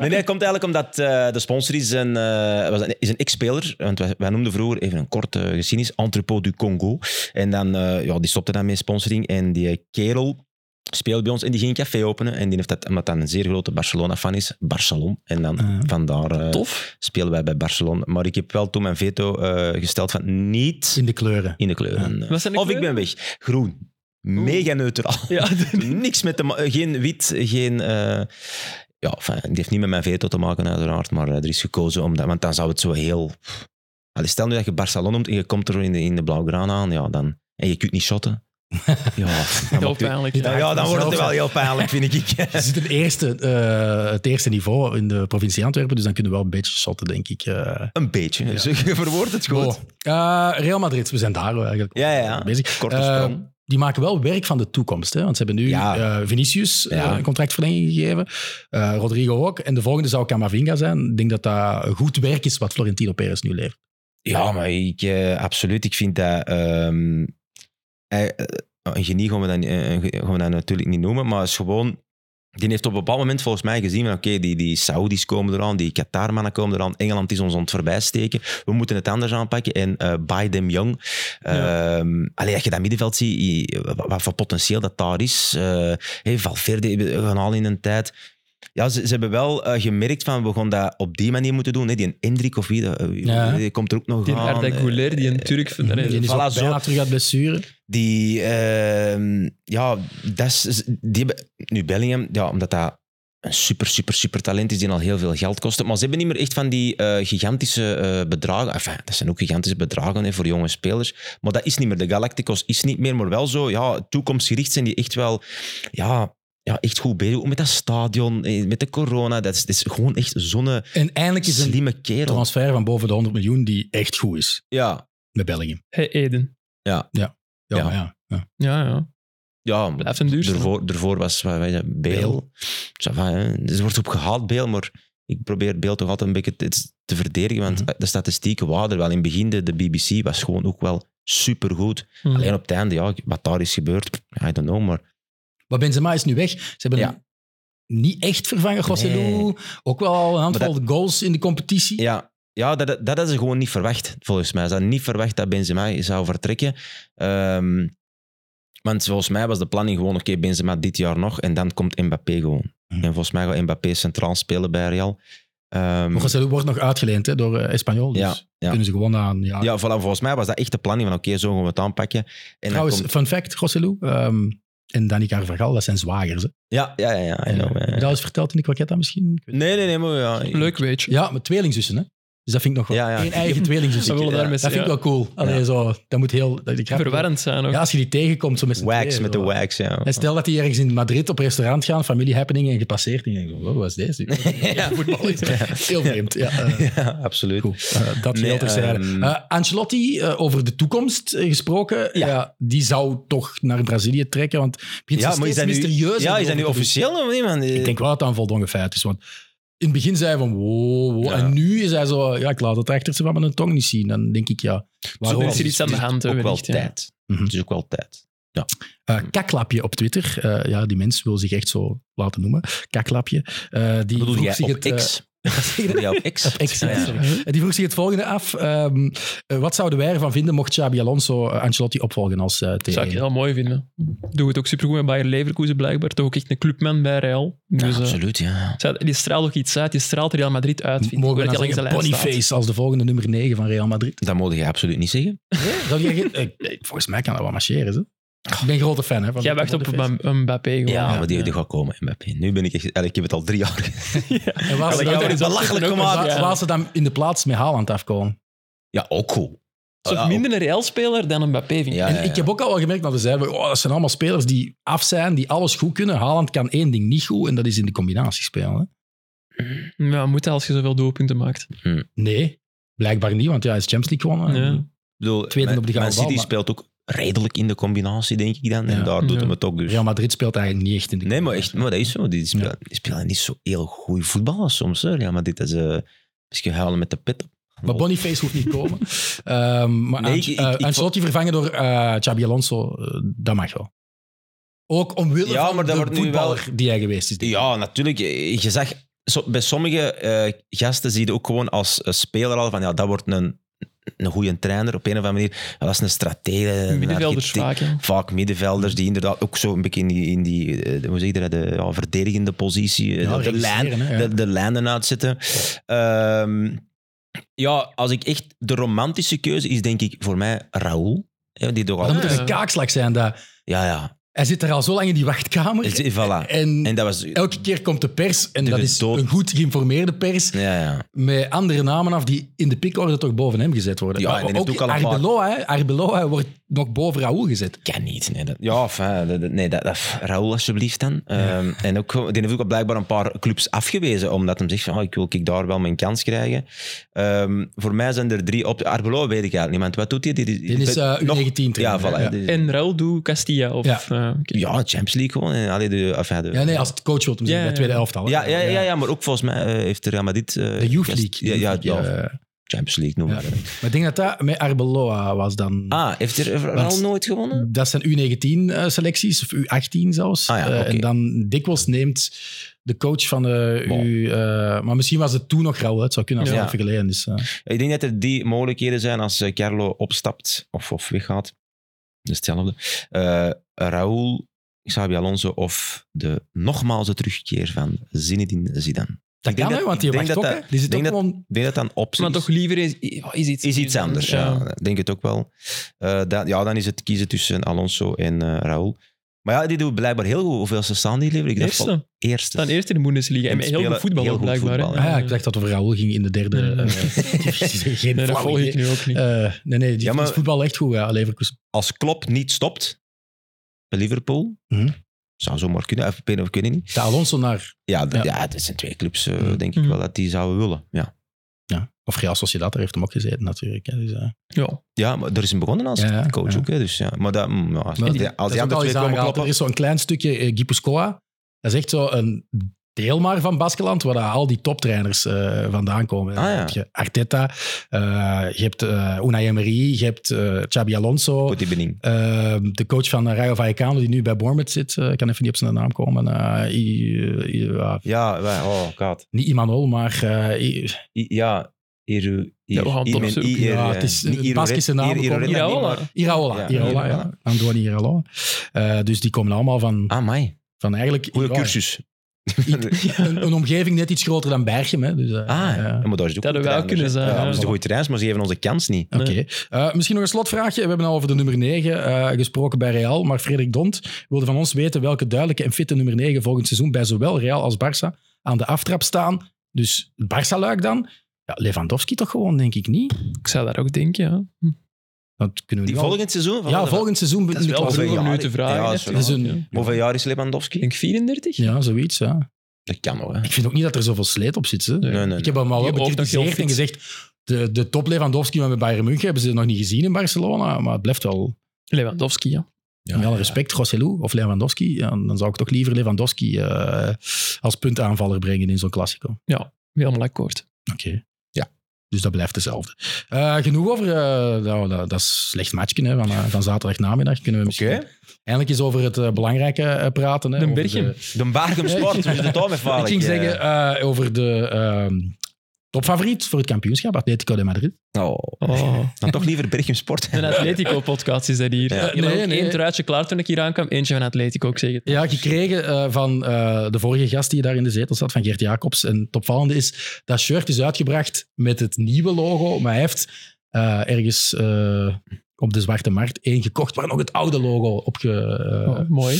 Nee, nee, het komt eigenlijk omdat eh, de sponsor is een, eh, was een, is een ex-speler. Want wij, wij noemden vroeger, even een korte geschiedenis, Entrepot du Congo. En dan, eh, ja, die stopte dan met sponsoring. En die kerel speelde bij ons en die ging een café openen. En die heeft dat, omdat dat een zeer grote Barcelona-fan is, Barcelona. En dan Ah. vandaar eh, Tof. spelen wij bij Barcelona. Maar ik heb wel toen mijn veto eh, gesteld van niet In de kleuren. in de kleuren. Eh, Wat zijn de of ik ben kleuren? weg. Groen. Mega neutraal. Ja, Niks met de ma- eh, Geen wit, geen... eh, ja, enfin, die heeft niet met mijn veto te maken, uiteraard. Maar eh, er is gekozen om dat... Want dan zou het zo heel... Allee, stel nu dat je Barcelona noemt en je komt er in de, in de Blauwgraan aan, ja, dan... En je kunt niet shotten. Ja, Heel pijnlijk. Niet ja. uit. ja, dan wordt het wel Zelfs- heel pijnlijk, vind ik. Je zit in het eerste, eh, het eerste niveau in de provincie Antwerpen, dus dan kunnen we wel een beetje shotten, denk ik. eh. Een beetje. Dus je verwoordt het goed. Oh. Eh, Real Madrid, we zijn daar eigenlijk Ja, ja. bezig. Korte Eh, Ehm, sprong. die maken wel werk van de toekomst. Hè? Want ze hebben nu Ja. eh, Vinicius eh, Ja. een contractverlenging gegeven. eh, Rodrigo ook. En de volgende zou Camavinga zijn. Ik denk dat dat goed werk is wat Florentino Perez nu levert. Ja, maar ik, eh, absoluut. Ik vind dat... ehm, hij- eh, een genie gaan we, dat, eh, een ge- gaan we dat natuurlijk niet noemen, maar het is gewoon... Die heeft op een bepaald moment volgens mij gezien van oké, die, die Saoedi's komen eraan, die Qatarmannen komen eraan, Engeland is ons aan het voorbij steken, we moeten het anders aanpakken en eh buy them young. Ehm, allee, als je dat middenveld ziet, i- wat, wat voor potentieel dat daar is. eh hey, Valverde we gaan al in een tijd. Ja, ze, ze hebben wel eh, gemerkt van we gaan dat op die manier moeten doen. hè. Die Endrik of wie, dat- eh, wie- Ja. die komt er ook nog Die aan. Ardek eh, Gouler, die een Turk... van- nee, die is voilà, ook zo. bijna terug uit blessure. die, ehm, ja, dat is, die hebben, nu Bellingham, ja, omdat dat een super, super, super talent is die al heel veel geld kost. Maar ze hebben niet meer echt van die eh, gigantische eh, bedragen. Enfin, dat zijn ook gigantische bedragen hè, voor jonge spelers. Maar dat is niet meer. De Galacticos is niet meer, maar wel zo. Ja, toekomstgericht zijn die echt wel... Ja, ja, echt goed bezig. Ook Met dat stadion, eh, met de corona. Dat is, dat is gewoon echt zo'n En eindelijk is een slimme kerel. transfer van boven de 100 miljoen die echt goed is. Ja, Met Bellingham. Hey, Eden. Ja, Ja. maar ja. ja. Ja, ja. ja Blijft een duurste. Daarvoor, daarvoor was wat wij zeggen, Beel. Beel. Ça va, hè. Dus er wordt op gehaald, Beel, maar ik probeer Beel toch altijd een beetje te, te verdedigen, want Mhm. de statistieken waren er wel. In het begin, de, de BBC was gewoon ook wel supergoed. Hm. Alleen op het einde, ja, wat daar is gebeurd, pff, I don't know, maar... Maar Benzema is nu weg. Ze hebben Ja. hem niet echt vervangen. Rosselou, Nee. ook wel al een handvol Maar goals in de competitie. Ja, ja dat, dat hadden ze gewoon niet verwacht, volgens mij. Ze hadden niet verwacht dat Benzema zou vertrekken. Ehm, want volgens mij was de planning gewoon, oké, Benzema dit jaar nog, en dan komt Mbappé gewoon. Mhm. En volgens mij gaat Mbappé centraal spelen bij Real. Ehm, Maar Rosselou wordt nog uitgeleend hè, door eh, Espanyol. Dus Ja, ja. kunnen ze gewoon aan. Ja. Ja, voilà, volgens mij was dat echt de planning van oké, zo gaan we het aanpakken. En Trouwens, dan komt... fun fact, Rosselou ehm, en Dani Carvajal, dat zijn zwagers. Hè. Ja, ja, ja. ja, I know, Heb je ja. dat eens verteld in de kwartetta misschien? Ik weet Nee, nee, nee, maar ja. Leuk weetje. het. Ja, met tweelingzussen. Hè? Dus dat vind ik nog wel. Ja, ja. Eén eigen tweelingzus. Ze willen Ja, daarmee Dat vind ik wel cool. Allee, zo, dat moet heel... Dat, ik verwarrend zijn. Ook. Ja, als je die tegenkomt, zo met z'n Wax tweeën, met de zo. wax, ja. En stel dat die ergens in Madrid op restaurant gaan, familie happening en gepasseerd. En je denkt, wow, wat is deze? Ja. Voetbal is heel vreemd. Ja, eh, Ja, absoluut. Goed, eh, dat Nee, wil terzijde. ehm, Eh, Ancelotti, eh, over de toekomst eh, gesproken, ja. die zou toch naar Brazilië trekken, want het begint Ja, zo maar is dat steeds nu, mysterieus. ja, is dat over nu te doen. officieel of niet? man? Ik denk wel dat dat een voldongen feit is, want in het begin zei hij van wow, wow. Ja. en nu is hij zo, ja, ik laat het achterste van mijn tong niet zien. Dan denk ik, ja, Zo, waarom? er is hier iets aan de hand. hè, ook wel wellicht, ja. tijd. Mhm. Het is ook wel tijd. Eh, kaklapje op Twitter, eh, ja, die mens wil zich echt zo laten noemen, kaklapje. Eh, die Bedoel vroeg jij zich op het, eh, X? je dat? Bedoel jij op X? Op X, Ah, ja, sorry. Hm? Eh, Die vroeg zich het volgende af. Ehm, eh, wat zouden wij ervan vinden mocht Xabi Alonso eh, Ancelotti opvolgen als eh Dat zou ik trainer? heel mooi vinden. Doe het ook supergoed met Bayer Leverkusen blijkbaar. Toch ook echt een clubman bij Real. Ja, Dus, eh, absoluut, ja. zij- die straalt ook iets uit. Die straalt Real Madrid uit. vind ik. Mogen we Ik dan weet dat zeggen hij langs de lijn staat. Boniface als de volgende nummer 9 van Real Madrid? Dat moet je absoluut niet zeggen. Zou jij geen- eh, eh, volgens mij kan dat wel marcheren. Ze. Ik ben een grote fan. Hè, van Jij wacht op Boniface. een- een Mbappé gewoon. Ja, maar die, ja. die gaat komen, Mbappé. Nu ben ik echt... eigenlijk, Ik heb het al drie jaar En waar, Ja, ze maar dan, dat is belachelijk gemaakt. waar- waar ze dan in de plaats met Haaland afkomen. Ja, ook cool. Het is ook Oh, Ja, minder een Real-speler dan een Mbappé, vind ik. Ja, en ja, ja. ik heb ook al wel gemerkt dat we zeiden, oh, dat zijn allemaal spelers die af zijn, die alles goed kunnen. Haaland kan één ding niet goed en dat is in de combinatie spelen. Hè. Ja, Mm, moet dat als je zoveel doelpunten maakt. Nee, blijkbaar niet, want ja, hij is Champions League Ah, gewonnen. Ja. Ik bedoel, Tweede Man- op de gouden Man bal, City maar- speelt ook redelijk in de combinatie, denk ik dan. En Ja. daar doet Ja. hem het ook dus. Real Madrid speelt eigenlijk niet echt in de Nee, maar, echt, maar dat is zo. Die spelen, Ja. die spelen niet zo heel goede voetballen soms. Hè. Ja, maar dit is... eh misschien huilen met de pit op. Maar Boniface hoeft niet komen. Ehm maar Nee, An- ik- ik- eh, ik- Ancelotti vervangen door eh Xabi Alonso, eh, dat mag wel. Ook omwille Ja, van maar dat de wordt nu voetballer die hij geweest is. denk ik. Ja, natuurlijk. eh, Je zag... zo- bij sommige eh, gasten zie je ook gewoon als eh, speler al van... Ja, dat wordt een, een goede trainer op een of andere manier. Ja, dat is een stratege. een Middenvelders architect. vaak, ja. vaak middenvelders die inderdaad ook zo een beetje in die, in die eh, hoe zeg je dat, de ja, verdedigende positie, eh, Ja, de, lijn, regisseren, hè, ja. de, de lijnen uitzetten. Ehm, ja, als ik echt de romantische keuze is, denk ik voor mij Raoul. Ja, die toch Maar dan al, moet er een kaakslag zijn dat ja, ja. Hij zit er al zo lang in die wachtkamer. Dus, eh, voilà. En, En dat was... elke keer komt de pers, en De dat is dood. een goed geïnformeerde pers, Ja, ja. met andere namen af die in de pikorde toch boven hem gezet worden. Ja, Maar en die heeft ook al een paar- Arbeloa, hè. Arbeloa wordt nog boven Raoul gezet. Kan niet, nee. Dat, ja, of, hè, dat- dat- nee, dat, dat, Raoul alsjeblieft dan. Ehm, en ook, die heeft ook al blijkbaar een paar clubs afgewezen, omdat hem zegt van, oh, ik wil ik daar wel mijn kans krijgen. Ehm, voor mij zijn er drie op. Arbeloa weet ik eigenlijk niet, want wat doet hij? Die, die, Die is, eh, nog- U19 Ja, trainer, voilà. ja. Die- En Raul doe Castilla. Of, Ja. eh, oké. ja, Champions League gewoon. En, allee, de, enfin, de, Ja, nee, als het coach wilt hem zien, Ja, bij ja. tweede elftal. hè. ja, ja, ja, ja, maar ook volgens mij eh, heeft de Real Madrid... eh, De Youth gast- League. Ja, ja, ja, Eh, Champions League noem Ja. maar. maar ik denk dat dat met Arbeloa was dan. Ah, heeft er Raoul Want- nooit gewonnen? Dat zijn U19-selecties, of U18 zelfs. Ah ja, Eh, oké. En dan dikwijls neemt de coach van de Bon. U... eh, maar misschien was het toen nog rauw. hè. Het zou kunnen als Ja. het even geleden is. eh. Ik denk dat er die mogelijkheden zijn als eh, Carlo opstapt of, of weggaat. Dat is hetzelfde. Eh Raúl, Xabi Alonso of de nogmaals de terugkeer van Zinedine Zidane. Dat Ik denk kan, hè, dat- want die ik wacht denk ook. dat hè. dat- Die zit ik ook denk dat- gewoon... Ik denk dat dat een optie Maar is. toch liever is, is iets, is iets anders, ja. Ik denk het ook wel. Eh, dan, ja, dan is het kiezen tussen Alonso en eh Raúl. Maar ja, die doen blijkbaar heel goed. Hoeveel ze staan die liever? Ik dacht van Eerste. eerste. Dan eerst in de Bundesliga. En En met heel spelen goed voetbal heel goed blijkbaar. hè. voetbal, Ah ja, ik dacht dat over Raoul ging in de derde. Nee, nee, eh, nee. geen Nee, dat flauw volg idee. ik nu ook niet. Eh, nee, nee, die Ja, maar- is voetbal echt goed, ja, Leverkusen. als Klopp niet stopt bij Liverpool, Mhm. zou zomaar kunnen. Of, ik weet- ik weet het niet. De Alonso naar... Ja, d- Ja. ja. dat zijn twee clubs, eh, Mhm. denk ik Mhm. wel, dat die zouden willen. Ja, Ja. Of Real Sociedad, daar heeft hem ook gezeten natuurlijk. Hè. Dus, eh, Ja. ja maar er is een begonnen als Ja, coach ja. ook. Hè, dus, ja. Maar dat, mm, ja, als, Maar die- die- als dat is die ook al eens andere twee komen aangehaald. kloppen... Er is zo'n klein stukje eh, Gipuzkoa. Dat is echt zo'n deel maar van Baskeland, waar dat al die toptrainers eh, vandaan komen. Ah, Dan ja. heb je Arteta, eh, je hebt eh Unai Emery, je hebt eh Xabi Alonso, Goed, die bening. eh, de coach van eh, Rayo Vallecano, die nu bij Bournemouth zit. eh, ik kan even niet op zijn naam komen. Eh, I- eh, I- ja, Ja, wij- oh god. niet Imanol, maar... eh, I- I- ja, Iru... Ja, we gaan het opzoeken. Ja, het is een Baskische naam, komt- Iraola. Iraola, Ja, Iraola, ja. Iraola. Antoine Iraola. Eh, dus die komen allemaal van, Ah, mij. van eigenlijk... Goeie ja, cursus. een, een omgeving net iets groter dan Berchem. Hè? Dus, eh, Ah, eh, ja. maar daar is het ook goed Dat we wel trainers, kunnen hè. zijn, Ja, ja. dat is de goede trainers, maar ze geven onze kans niet. Oké. Nee. Eh, misschien nog een slotvraagje. We hebben al over de nummer 9 eh, gesproken bij Real. Maar Frederik Dont wilde van ons weten welke duidelijke en fitte nummer 9 volgend seizoen bij zowel Real als Barça aan de aftrap staan. Dus het Barça-luik dan. Ja, Lewandowski toch gewoon, denk ik niet. Ik zou dat ook denken, ja. Dat kunnen we Die nu al- volgend seizoen? Van Ja, de- volgend seizoen. Dat is wel Hoeveel vroeg om nu jaar? te vragen. Ja, dat is hè. wel- Dat is een- Ja. Ik Hoeveel jaar is Lewandowski? denk 34. Ja, zoiets. Ja. Dat kan nog, hè. Ik vind ook niet dat er zoveel sleet op zit. Hè. Nee. Nee, nee, Ik nee. heb hem al wel Die oogt nog bekritiseerd en heel fit. gezegd... De, de top Lewandowski van Bayern München hebben ze nog niet gezien in Barcelona. Maar het blijft wel... Lewandowski, ja. Ja, Met alle respect, Rossellou of Lewandowski, ja, dan zou ik toch liever Lewandowski eh, als puntaanvaller brengen in zo'n Classico. Oké. Helemaal akkoord. Ja. Dus dat blijft hetzelfde. Eh, genoeg over, eh, nou, dat, dat is slecht matchje hè, van, eh, van zaterdag namiddag. Kunnen we misschien Oké. eindelijk eens over het eh, belangrijke eh, praten. Hè, Den over Berchem. de- De Bargem Sport, dus de Tom heeft ik ging zeggen eh, over de ehm, topfavoriet voor het kampioenschap, Atletico de Madrid. Oh, Oh. dan toch liever Berchem Sport. Een Atletico-podcast is dat hier. Ja. Ik had Nee, ook nee. één truitje klaar toen ik hier aankwam. Eentje van Atletico, ik zeg het. Ja, gekregen eh, van eh, de vorige gast die daar in de zetel zat, van Geert Jacobs. En het opvallende is, dat shirt is uitgebracht met het nieuwe logo, maar hij heeft eh, ergens eh, op de zwarte markt één gekocht waar nog het oude logo op ge, eh, Oh, mooi.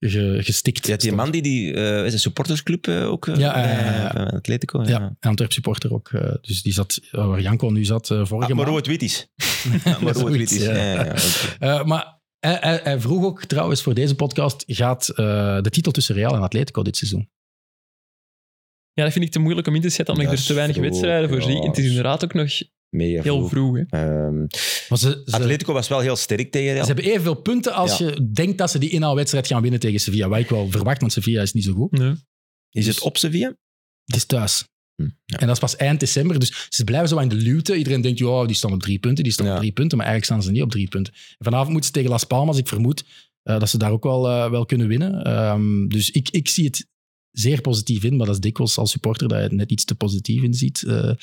ge- gestikt Je had die stond. man die, die eh, is een supportersclub eh, ook. eh, Ja, ja, ja, bij- ja. bij Atletico. Ja. Ja, Antwerp supporter ook. eh, dus die zat eh, waar Janko nu zat eh, vorige Ah, maar maand. rood-wit is. Ja, maar Zoiets, rood-wit is. ja. Ja, ja, ja, oké. Eh, maar hij, hij, hij vroeg ook trouwens voor deze podcast, gaat eh, de titel tussen Real en Atletico dit seizoen? Ja, dat vind ik te moeilijk om in te zetten, omdat Dat ik er te is weinig vroeg, wedstrijden voor ja, zie. En het is dat is- inderdaad ook nog Mega heel vroeg. vroeg. Hè. Ehm, Maar ze, ze, Atletico was wel heel sterk tegen Real. Dus, eh, Ze hebben evenveel punten als Ja. je denkt dat ze die inhaalwedstrijd gaan winnen tegen Sevilla. Wat ik wel verwacht, want Sevilla is niet zo goed. Nee. Is het op Sevilla? Het is thuis. Hm, ja. En dat is pas eind december. Dus ze blijven zo aan de luwte. Iedereen denkt, joh, die staan op drie punten, die staan op Ja. drie punten. Maar eigenlijk staan ze niet op drie punten. En vanavond moeten ze tegen Las Palmas. Ik vermoed eh, dat ze daar ook wel, eh, wel kunnen winnen. Ehm, dus ik, ik zie het zeer positief in. Maar dat is dikwijls als supporter dat je het net iets te positief in ziet. Eh, Maar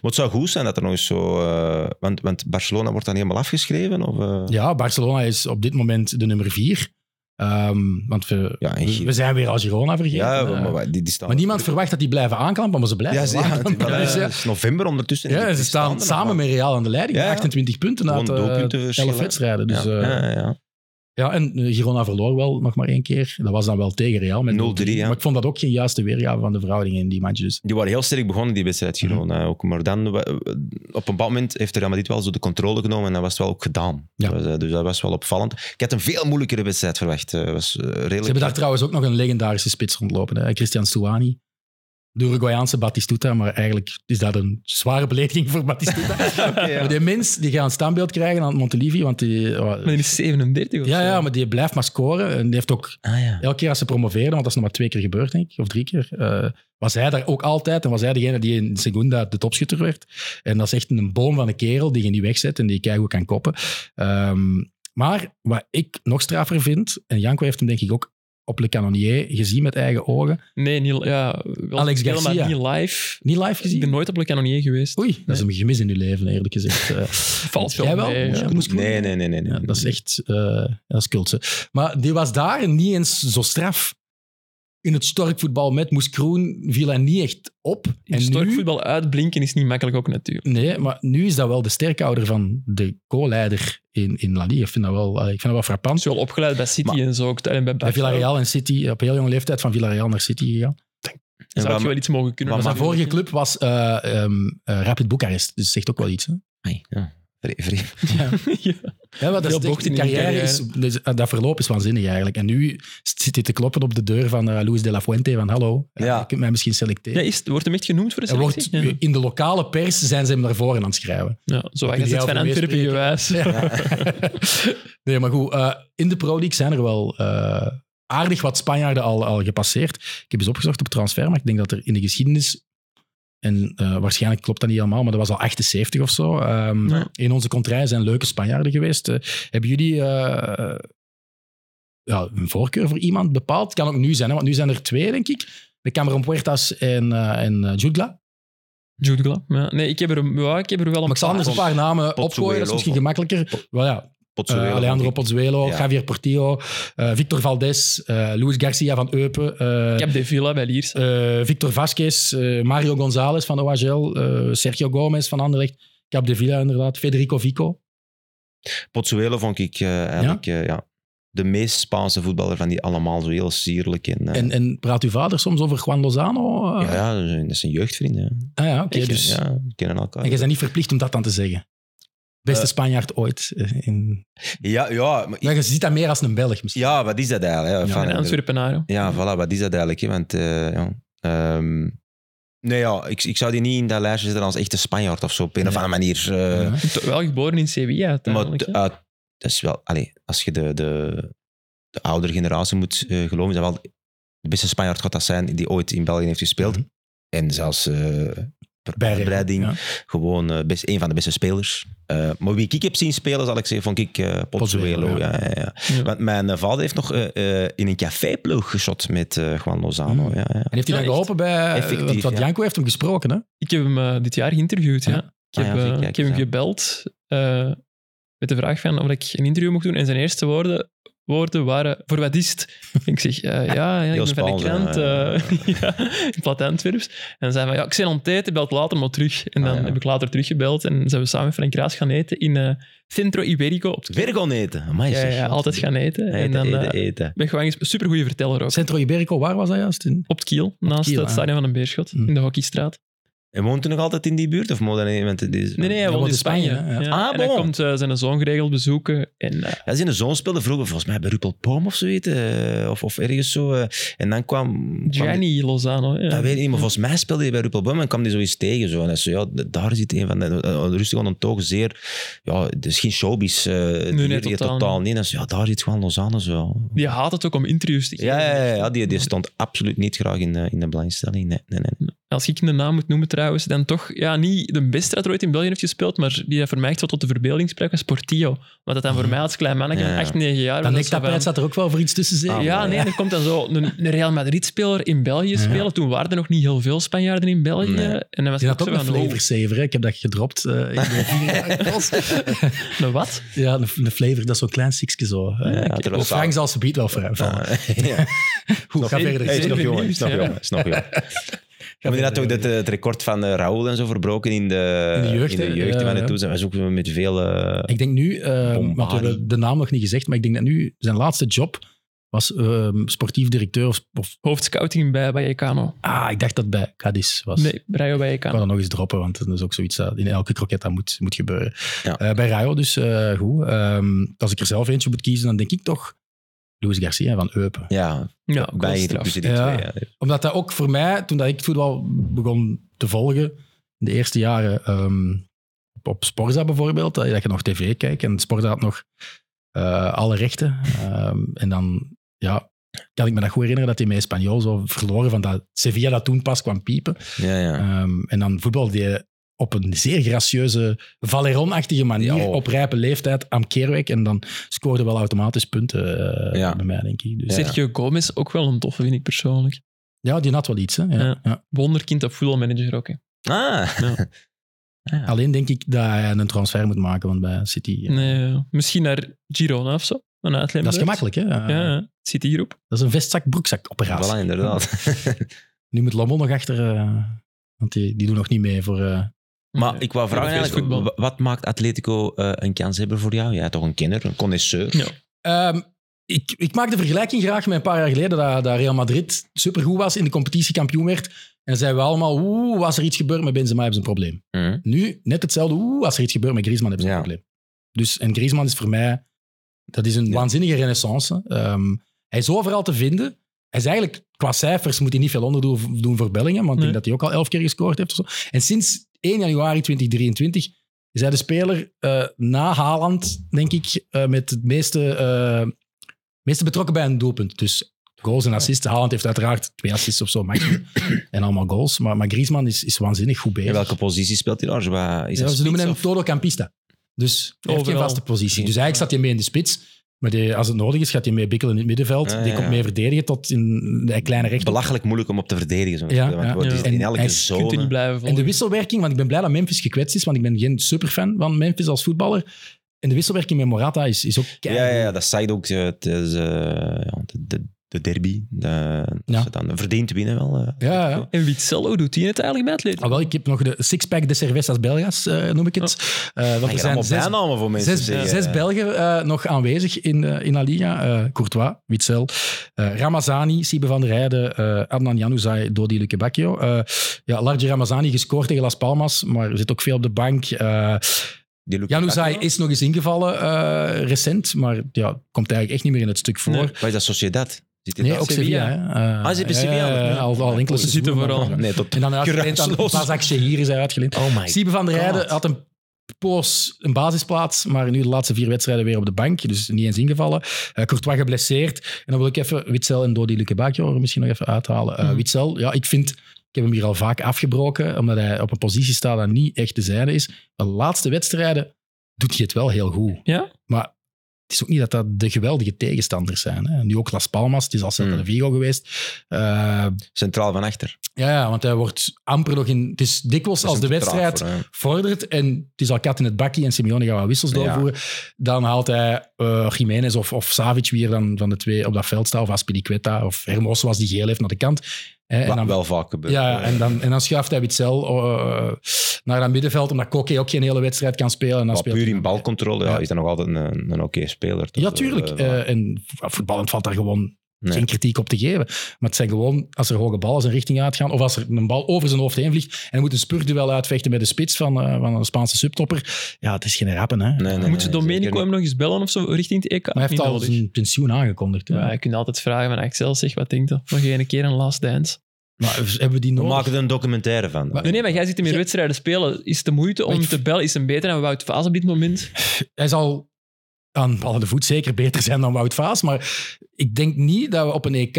het zou goed zijn dat er nog eens zo... eh, want, want Barcelona wordt dan helemaal afgeschreven? Of, eh? ja, Barcelona is op dit moment de nummer vier. Ehm, want we, Ja, en Giro- we zijn weer al Girona vergeten. Ja, Eh, maar, maar die, die staan... Maar niemand verwacht dat die blijven aanklampen, maar ze blijven Ja, ze, wel ja, aanklampen. die- Dus ja, ja. het is november ondertussen. Ja, Die- ze die er staan nog samen maar. met Real aan de leiding, Ja, ja. met 28 punten uit Gewoon eh, doelpunten 11 verschillen. wedstrijden. Dus ja. eh, ja, ja, ja. Ja, en eh, Girona verloor wel nog maar één keer. Dat was dan wel tegen Real met 0-3, ja. Maar ik vond dat ook geen juiste weergave van de verhoudingen in die match. Dus. Die waren heel sterk begonnen, die wedstrijd Mhm. Girona. ook. Maar dan, wa- op een bepaald moment heeft Real Madrid wel zo de controle genomen en dat was het wel ook gedaan. Ja. Dus, eh, dus dat was wel opvallend. Ik had een veel moeilijkere wedstrijd verwacht. Eh, was, eh, redelijk... Ze hebben daar trouwens ook nog een legendarische spits rondlopen. Hè? Christian Stuani. De Uruguayaanse Batistuta, maar eigenlijk is dat een zware belediging voor Batistuta. Maar die mens die gaat een standbeeld krijgen aan Montelivi, want die... eh, Maar die is 37 of Ja, zo. ja, maar die blijft maar scoren. En die heeft ook Ah, ja. elke keer als ze promoveerden, want dat is nog maar twee keer gebeurd, denk ik, of drie keer, eh, was hij daar ook altijd. En was hij degene die in Segunda de topschutter werd. En dat is echt een boom van een kerel die je niet wegzet en die je goed kan koppen. Ehm, maar wat ik nog straffer vind, en Janko heeft hem denk ik ook op Le Canonier gezien met eigen ogen. Nee, niet, ja, wel Alex spelen, maar Garcia. niet live. Niet live Ik ben gezien? nooit op Le Canonier geweest. Oei, dat is een gemis in je leven, eerlijk gezegd. Eh, Valt wel Jij wel? mee, Moest- ja. moest ik ook? Nee, nee, nee. nee, nee. Ja, dat is echt eh dat is cultse. Maar die was daar niet eens zo straf. In het storkvoetbal met Moes Kroen viel hij niet echt op. En En nu, voetbal uitblinken is niet makkelijk ook natuurlijk. nee, maar nu is dat wel de sterkhouder van de co-leider in, in La Liga. Ik vind dat wel, eh, ik vind dat wel Hij is frappant. wel opgeleid bij City Maar- en zo. Ook, en bij, Bij Zou Villarreal en City, op heel jonge leeftijd van Villarreal naar City gegaan. En je waarom- wel iets mogen kunnen. Maar Zijn dat is vorige natuurlijk- club was eh, ehm, eh, Rapid Boekarest, dus zegt ook wel iets. Hè? Ai, ja. Vre- vre- Ja. ja. Ja, maar dat Veel is echt, bochten die in die carrière is, carrière. dus, eh, dat verloop is waanzinnig eigenlijk. En nu zit hij te kloppen op de deur van eh, Luis de la Fuente, van hallo, eh, Ja. je kunt mij misschien selecteren. Ja, is, wordt hem echt genoemd voor de Er wordt, selectie? Ja. In de lokale pers zijn ze hem naar voren aan het schrijven. Ja, zo Kun hij zit jij van over Antwerpen meespreken? gewijs. nee, maar goed, eh, in de Pro League zijn er wel eh, aardig wat Spanjaarden al, al gepasseerd. Ik heb eens opgezocht op transfer, maar ik denk dat er in de geschiedenis, en eh, waarschijnlijk klopt dat niet helemaal, maar dat was al 78 of zo. ehm, Ja. In onze contraien zijn leuke Spanjaarden geweest. Eh, hebben jullie eh, ja, een voorkeur voor iemand bepaald? Kan ook nu zijn, hè, want nu zijn er twee, denk ik. De Cameron Puertas en, eh en eh, Jutla. Jude Law, ja. Nee, ik heb er, ja, ik heb er wel een Maar ik zal paar. anders een paar namen Potzuelo, opgooien, dat is misschien van- gemakkelijker. Wel ja, Potzuelo, eh, vond Alejandro ik. Pozuelo, Ja. Javier Portillo, eh, Victor Valdes, eh, Luis Garcia van Eupen, eh, Ik heb De Villa bij Liers. eh, Victor Vasquez, eh, Mario González van OHL, eh, Sergio Gomez van Anderlecht, Cap de Villa inderdaad, Federico Vico. Potzuelo vond ik eh, eigenlijk eh, ja, de meest Spaanse voetballer van die allemaal. Zo heel sierlijk. En, eh, En, en praat uw vader soms over Juan Lozano? Eh, ja, ja, dat zijn- dat zijn jeugdvrienden. hè. Ah ja, oké. Echt, dus, ja, we kennen elkaar. En jij bent niet verplicht om dat dan te zeggen. Beste Eh. Spanjaard ooit. eh, In... Ja, ja, maar, Ja, je ziet dat meer als een Belg misschien. ja, wat is dat eigenlijk? Ja, Van- En Antwerpenaar. ja. Ja, voilà, wat is dat eigenlijk? Hè? Want, eh, ja, ehm, nee, ja, ik, ik zou die niet in dat lijstje zetten als echte Spanjaard of zo, op een Nee. of andere manier. eh, Ja. Toch Wel geboren in Sevilla Maar eh, uiteindelijk. t- hè. uit- dat is wel, allee, als je de, de, de oudere generatie moet eh, geloven, is dat wel de beste Spanjaard gaat dat zijn die ooit in België heeft gespeeld. Mhm. En zelfs eh per Bij Real, uitbreiding ja. gewoon eh, best, een van de beste spelers. Eh, maar wie ik heb zien spelen, zal ik zeggen, vond ik eh Pozzuelo. Pozzuelo, ja. ja, ja, ja. Ja. Want mijn eh, vader heeft nog eh, eh, in een caféploeg geschot met eh, Juan Lozano. Hmm. Mm. Ja, ja. En heeft hij Ja, dan echt. geholpen bij... Effectief, want want ja. Janko heeft hem gesproken, hè? Ik heb hem eh, dit jaar geïnterviewd. Ja. Ah. Ik, heb, Ah ja, eh, zie ik, ja, ik heb hem ja. gebeld eh, met de vraag van of ik een interview mocht doen. En zijn eerste woorden, woorden waren: Voor wat is het? En ik zeg: eh, Ja, ja ik Heel ben van de Spaans, krant. hè. eh, ja, in plat Antwerps. En zei van: Ja, ik ben aan het eten, belt later maar terug. En dan Ah, ja. heb ik later teruggebeld. En zijn we samen met Frank Raas gaan eten in eh, Centro Iberico. Op het Vergon eten. Amai, ja, zeg. ja, altijd gaan eten. Eten, en dan eh, eten, eten. ben ik gewoon een supergoeie verteller ook. Centro Iberico, waar was dat juist? In? Op het kiel, naast Kiel, het ah. stadion van een Beerschot, Mm. Hm. in de hockeystraat. En woont hij nog altijd in die buurt? Of moet hij niet? Want het is- Nee, nee, hij Hij woont in woont in Spanje. Spanje, hè? Ja. Ah, en hij bon. komt eh, zijn zoon geregeld bezoeken. En, eh, Ja, zijn zoon speelde vroeger volgens mij bij Ruppelboom of zoiets. eh, of, of ergens zo. eh. en dan kwam... kwam die- Gianni eh. Lozano. Ja. dat weet ik niet, maar volgens mij speelde hij bij Ruppelboom en kwam hij zoiets tegen. Zo. En hij zei, ja, d- daar zit een van de... eh, Rustig aan een toog, zeer... Ja, het is geen showbiz. eh nee, totaal totaal niet. En zei, ja, daar zit gewoon Lozano zo. Die haat het ook om interviews te geven. Ja, ja, ja, ja, die, die stond absoluut niet graag in de, in de belangstelling. Nee, nee, nee. Als ik een naam moet noemen trouwens, dan toch ja, niet de beste dat er ooit in België heeft gespeeld, maar die dat voor mij echt wel tot de verbeelding sprak, was Portillo. Want dat dan voor mij als klein mannetje Ja, van ja. 8, 9 jaar... Dan was Nick dat zo Tapijt van- zat er ook wel voor iets tussen zeker? Ah, Ja, man, nee, ja. er komt dan zo een, een Real Madrid-speler in België Ja. spelen. Toen waren er nog niet heel veel Spanjaarden in België. Nee. En dan was Die ik had ook ook zo een van, oh, flavor saver, hè? ik heb dat gedropt eh, in de vier jaar klas. een wat? Ja, een, een flavor, dat is zo'n klein sikje zo. hè. Ja, Ik- terwijl oh, ze- Frank zal ze beat wel vrij. Ah, ja. Goed, Snap ga je? verder. Hey, Zeven snap je, jongen, minuten, snap je, ja. jongen, snap je, jongen. Maar die had toch dit, eh, het record van eh, Raoul en zo verbroken in de, In de jeugd, hè? Ja, van ja. het toen zijn. We zoeken met veel... eh, Ik denk nu, eh, want we hebben de naam nog niet gezegd, maar ik denk dat nu zijn laatste job was eh, sportief directeur of, of- Hoofdscouting bij Vallecano. Ah, ik dacht dat het bij Cadiz was. Nee, Rayo Ik kan Vallecano. dat nog eens droppen, want dat is ook zoiets dat in elke kroket dat moet, moet gebeuren. Ja. Eh, bij Rayo dus eh, goed. Ehm, als ik er zelf eentje moet kiezen, dan denk ik toch Luis Garcia van Eupen. ja, Ja, bij cool straf. tussen die Ja. twee. ja. Omdat dat ook voor mij, toen dat ik het voetbal begon te volgen, in de eerste jaren ehm, op, op Sporza bijvoorbeeld, eh, dat je dat je nog tv kijkt en Sporza had nog eh, alle rechten. Ehm, en dan, ja, kan ik me nog goed herinneren dat hij met Espanyol zo verloren van dat Sevilla dat toen pas kwam piepen. Ja, ja. Ehm, en dan voetbalde je op een zeer gracieuze, Valeron-achtige manier Ja. oh. op rijpe leeftijd aan Keerwijk. En dan scoorde wel automatisch punten eh, Ja. bij mij, denk ik. Dus, ja. Sergio Gomez, ook wel een toffe, vind ik persoonlijk. die had wel iets. Hè? Ja. Ja. Ja. Wonderkind op voetbalmanager ook. hè. Ah, Alleen denk ik dat hij een transfer moet maken, want bij City... eh, Nee, ja. misschien naar Girona of zo. Een uitleenbeurt. Dat is gemakkelijk, hè? Eh, Ja, ja. zit hierop. Dat is een vestzak-broekzak-operatie. voilà, inderdaad. Nu moet Lamont nog achter... eh, want die, die doen nog niet mee voor... eh, Maar ik wou vragen Europees eigenlijk, voetbal. wa- wat maakt Atletico eh, een kanshebber voor jou? Jij toch een kenner, een connoisseur? Ja. Ehm, ik, ik maak de vergelijking graag met een paar jaar geleden dat, dat Real Madrid supergoed was, in de competitie kampioen werd. En dan zeiden we allemaal, oeh, als er iets gebeurt met Benzema, hebben ze een probleem. Mhm. Nu, net hetzelfde, oeh, als er iets gebeurt met Griezmann, hebben ze Ja. een probleem. Dus, en Griezmann is voor mij, dat is een Ja. waanzinnige renaissance. Ehm, hij is overal te vinden. Hij is eigenlijk, qua cijfers moet hij niet veel onderdoen doen voor Bellingham, want ik Nee. denk dat hij ook al elf keer gescoord heeft. Of zo. En sinds 1 januari 2023 is hij de speler eh, na Haaland, denk ik, eh, met het meeste, eh, meeste betrokken bij een doelpunt. Dus goals en assists. Haaland heeft uiteraard twee assists of zo, maximum. en allemaal goals. Maar, maar Griezmann is, is waanzinnig goed bezig. In welke positie speelt hij daar? Is hij Ja, spits ze noemen hem of- Todocampista. Dus hij heeft geen Overal. vaste positie. Dus eigenlijk staat hij mee in de spits. Maar die, als het nodig is, gaat hij mee bikkelen in het middenveld. Ja, die ja, komt Ah, ja. mee verdedigen tot in de kleine rechter. Belachelijk moeilijk om op te verdedigen. Zo'n Ja, speler, want ja. het is Ja. in En elke hij Je kunt er niet zone. blijven eh, En volgen. de wisselwerking, want ik ben blij dat Memphis gekwetst is, want ik ben geen superfan van Memphis als voetballer. En de wisselwerking met Morata is, is ook Ja, keihard. ja, ja, dat zei ook. eh, Het is, eh, ja, de, de, de derby. De, dat Ja. ze dan verdient winnen wel. eh. ja, ja. En Witzello doet hij het eigenlijk bij Atletico? Ah, wel, ik heb nog de sixpack de Cervezas Belgas, eh, noem ik het. Eh, want Maar er je zijn allemaal zes, bijnamen voor mensen zes, zeggen. zes Belgen eh, nog aanwezig in, eh, in La Liga. Eh, Courtois, Witzel, eh, Ramazani, Sibe van der Heijden, eh, Adnan Januzaj, Dodi Lukebakio. Eh ja, Large Ramazani gescoord tegen Las Palmas, maar zit ook veel op de bank. Eh Die Lukaku. Januzaj is nog eens ingevallen eh, recent, maar ja, komt eigenlijk echt niet meer in het stuk voor. Nee. Nee, Wat is dat, Sociedad? Zit hij daar? ook Sevilla. hè. Eh, Ah, ze hebben Sevilla. ja, ja, ja, Ja. al, al enkele Ze seizoenen, zitten vooral. maar- Nee, tot En dan uitgeleend aan Geruisloos. Basak Shehir is hij uitgeleend. Oh my Siebe van der God. Heijden had een poos een basisplaats, maar nu de laatste vier wedstrijden weer op de bank, dus niet eens ingevallen. Eh, Courtois geblesseerd. En dan wil ik even Witzel en Dodi Lukebakio er misschien nog even uithalen. Eh, Mhm. Witzel, ja, ik vind... Ik heb hem hier al vaak afgebroken, omdat hij op een positie staat dat niet echt de zijde is. De laatste wedstrijden doet hij het wel heel goed. Ja? Maar het is ook niet dat dat de geweldige tegenstanders zijn. Hè. Nu ook Las Palmas, het is al Celta Mhm. de Vigo geweest. Eh, Centraal van achter. ja, ja, want hij wordt amper nog in... Het is dikwijls Dat is als de hem te traag wedstrijd voor, eh, hè. vordert en het is al kat in het bakkie en Simeone gaat wat wissels Ja. doorvoeren, dan haalt hij eh Jiménez of, of Savic, wie er dan van de twee op dat veld staat, of Aspilicueta of Hermoso als die geel heeft naar de kant. Hè, en Wat dan, wel vaak gebeurt. ja, hè. en dan, en dan schuift hij Witzel eh, naar dat middenveld, omdat Koke ook geen hele wedstrijd kan spelen. En dan Maar speelt puur hij- in balcontrole ja, Ja. is dat nog altijd een, een oké speler. toch? Ja, tuurlijk. Eh, Eh, en voetballend valt daar gewoon Nee. geen kritiek op te geven. Maar het zijn gewoon, als er hoge ballen zijn richting uitgaan, of als er een bal over zijn hoofd heen vliegt en hij moet een spurduel uitvechten met de spits van, eh, van een Spaanse subtopper. Ja, het is geen rappen, hè. nee, nee, Moet je nee, Domenico zeker hem nog eens bellen of zo richting het EK? Maar hij heeft Niet al nodig. zijn pensioen aangekondigd. hè. Ja, je kunt altijd vragen van Axel, zeg, wat denkt dat? Nog één keer een last dance. Maar hebben we die niet. We nodig? maken er een documentaire van. Maar- Nee, nee, maar jij zit er meer Ah, Ja. wedstrijden spelen. Is het de moeite Maar om ik- te bellen? Is hem beter dan Wout Vaas op dit moment? Hij zal aan ballen de voet zeker beter zijn dan Wout Vaas, maar ik denk niet dat we op een EK,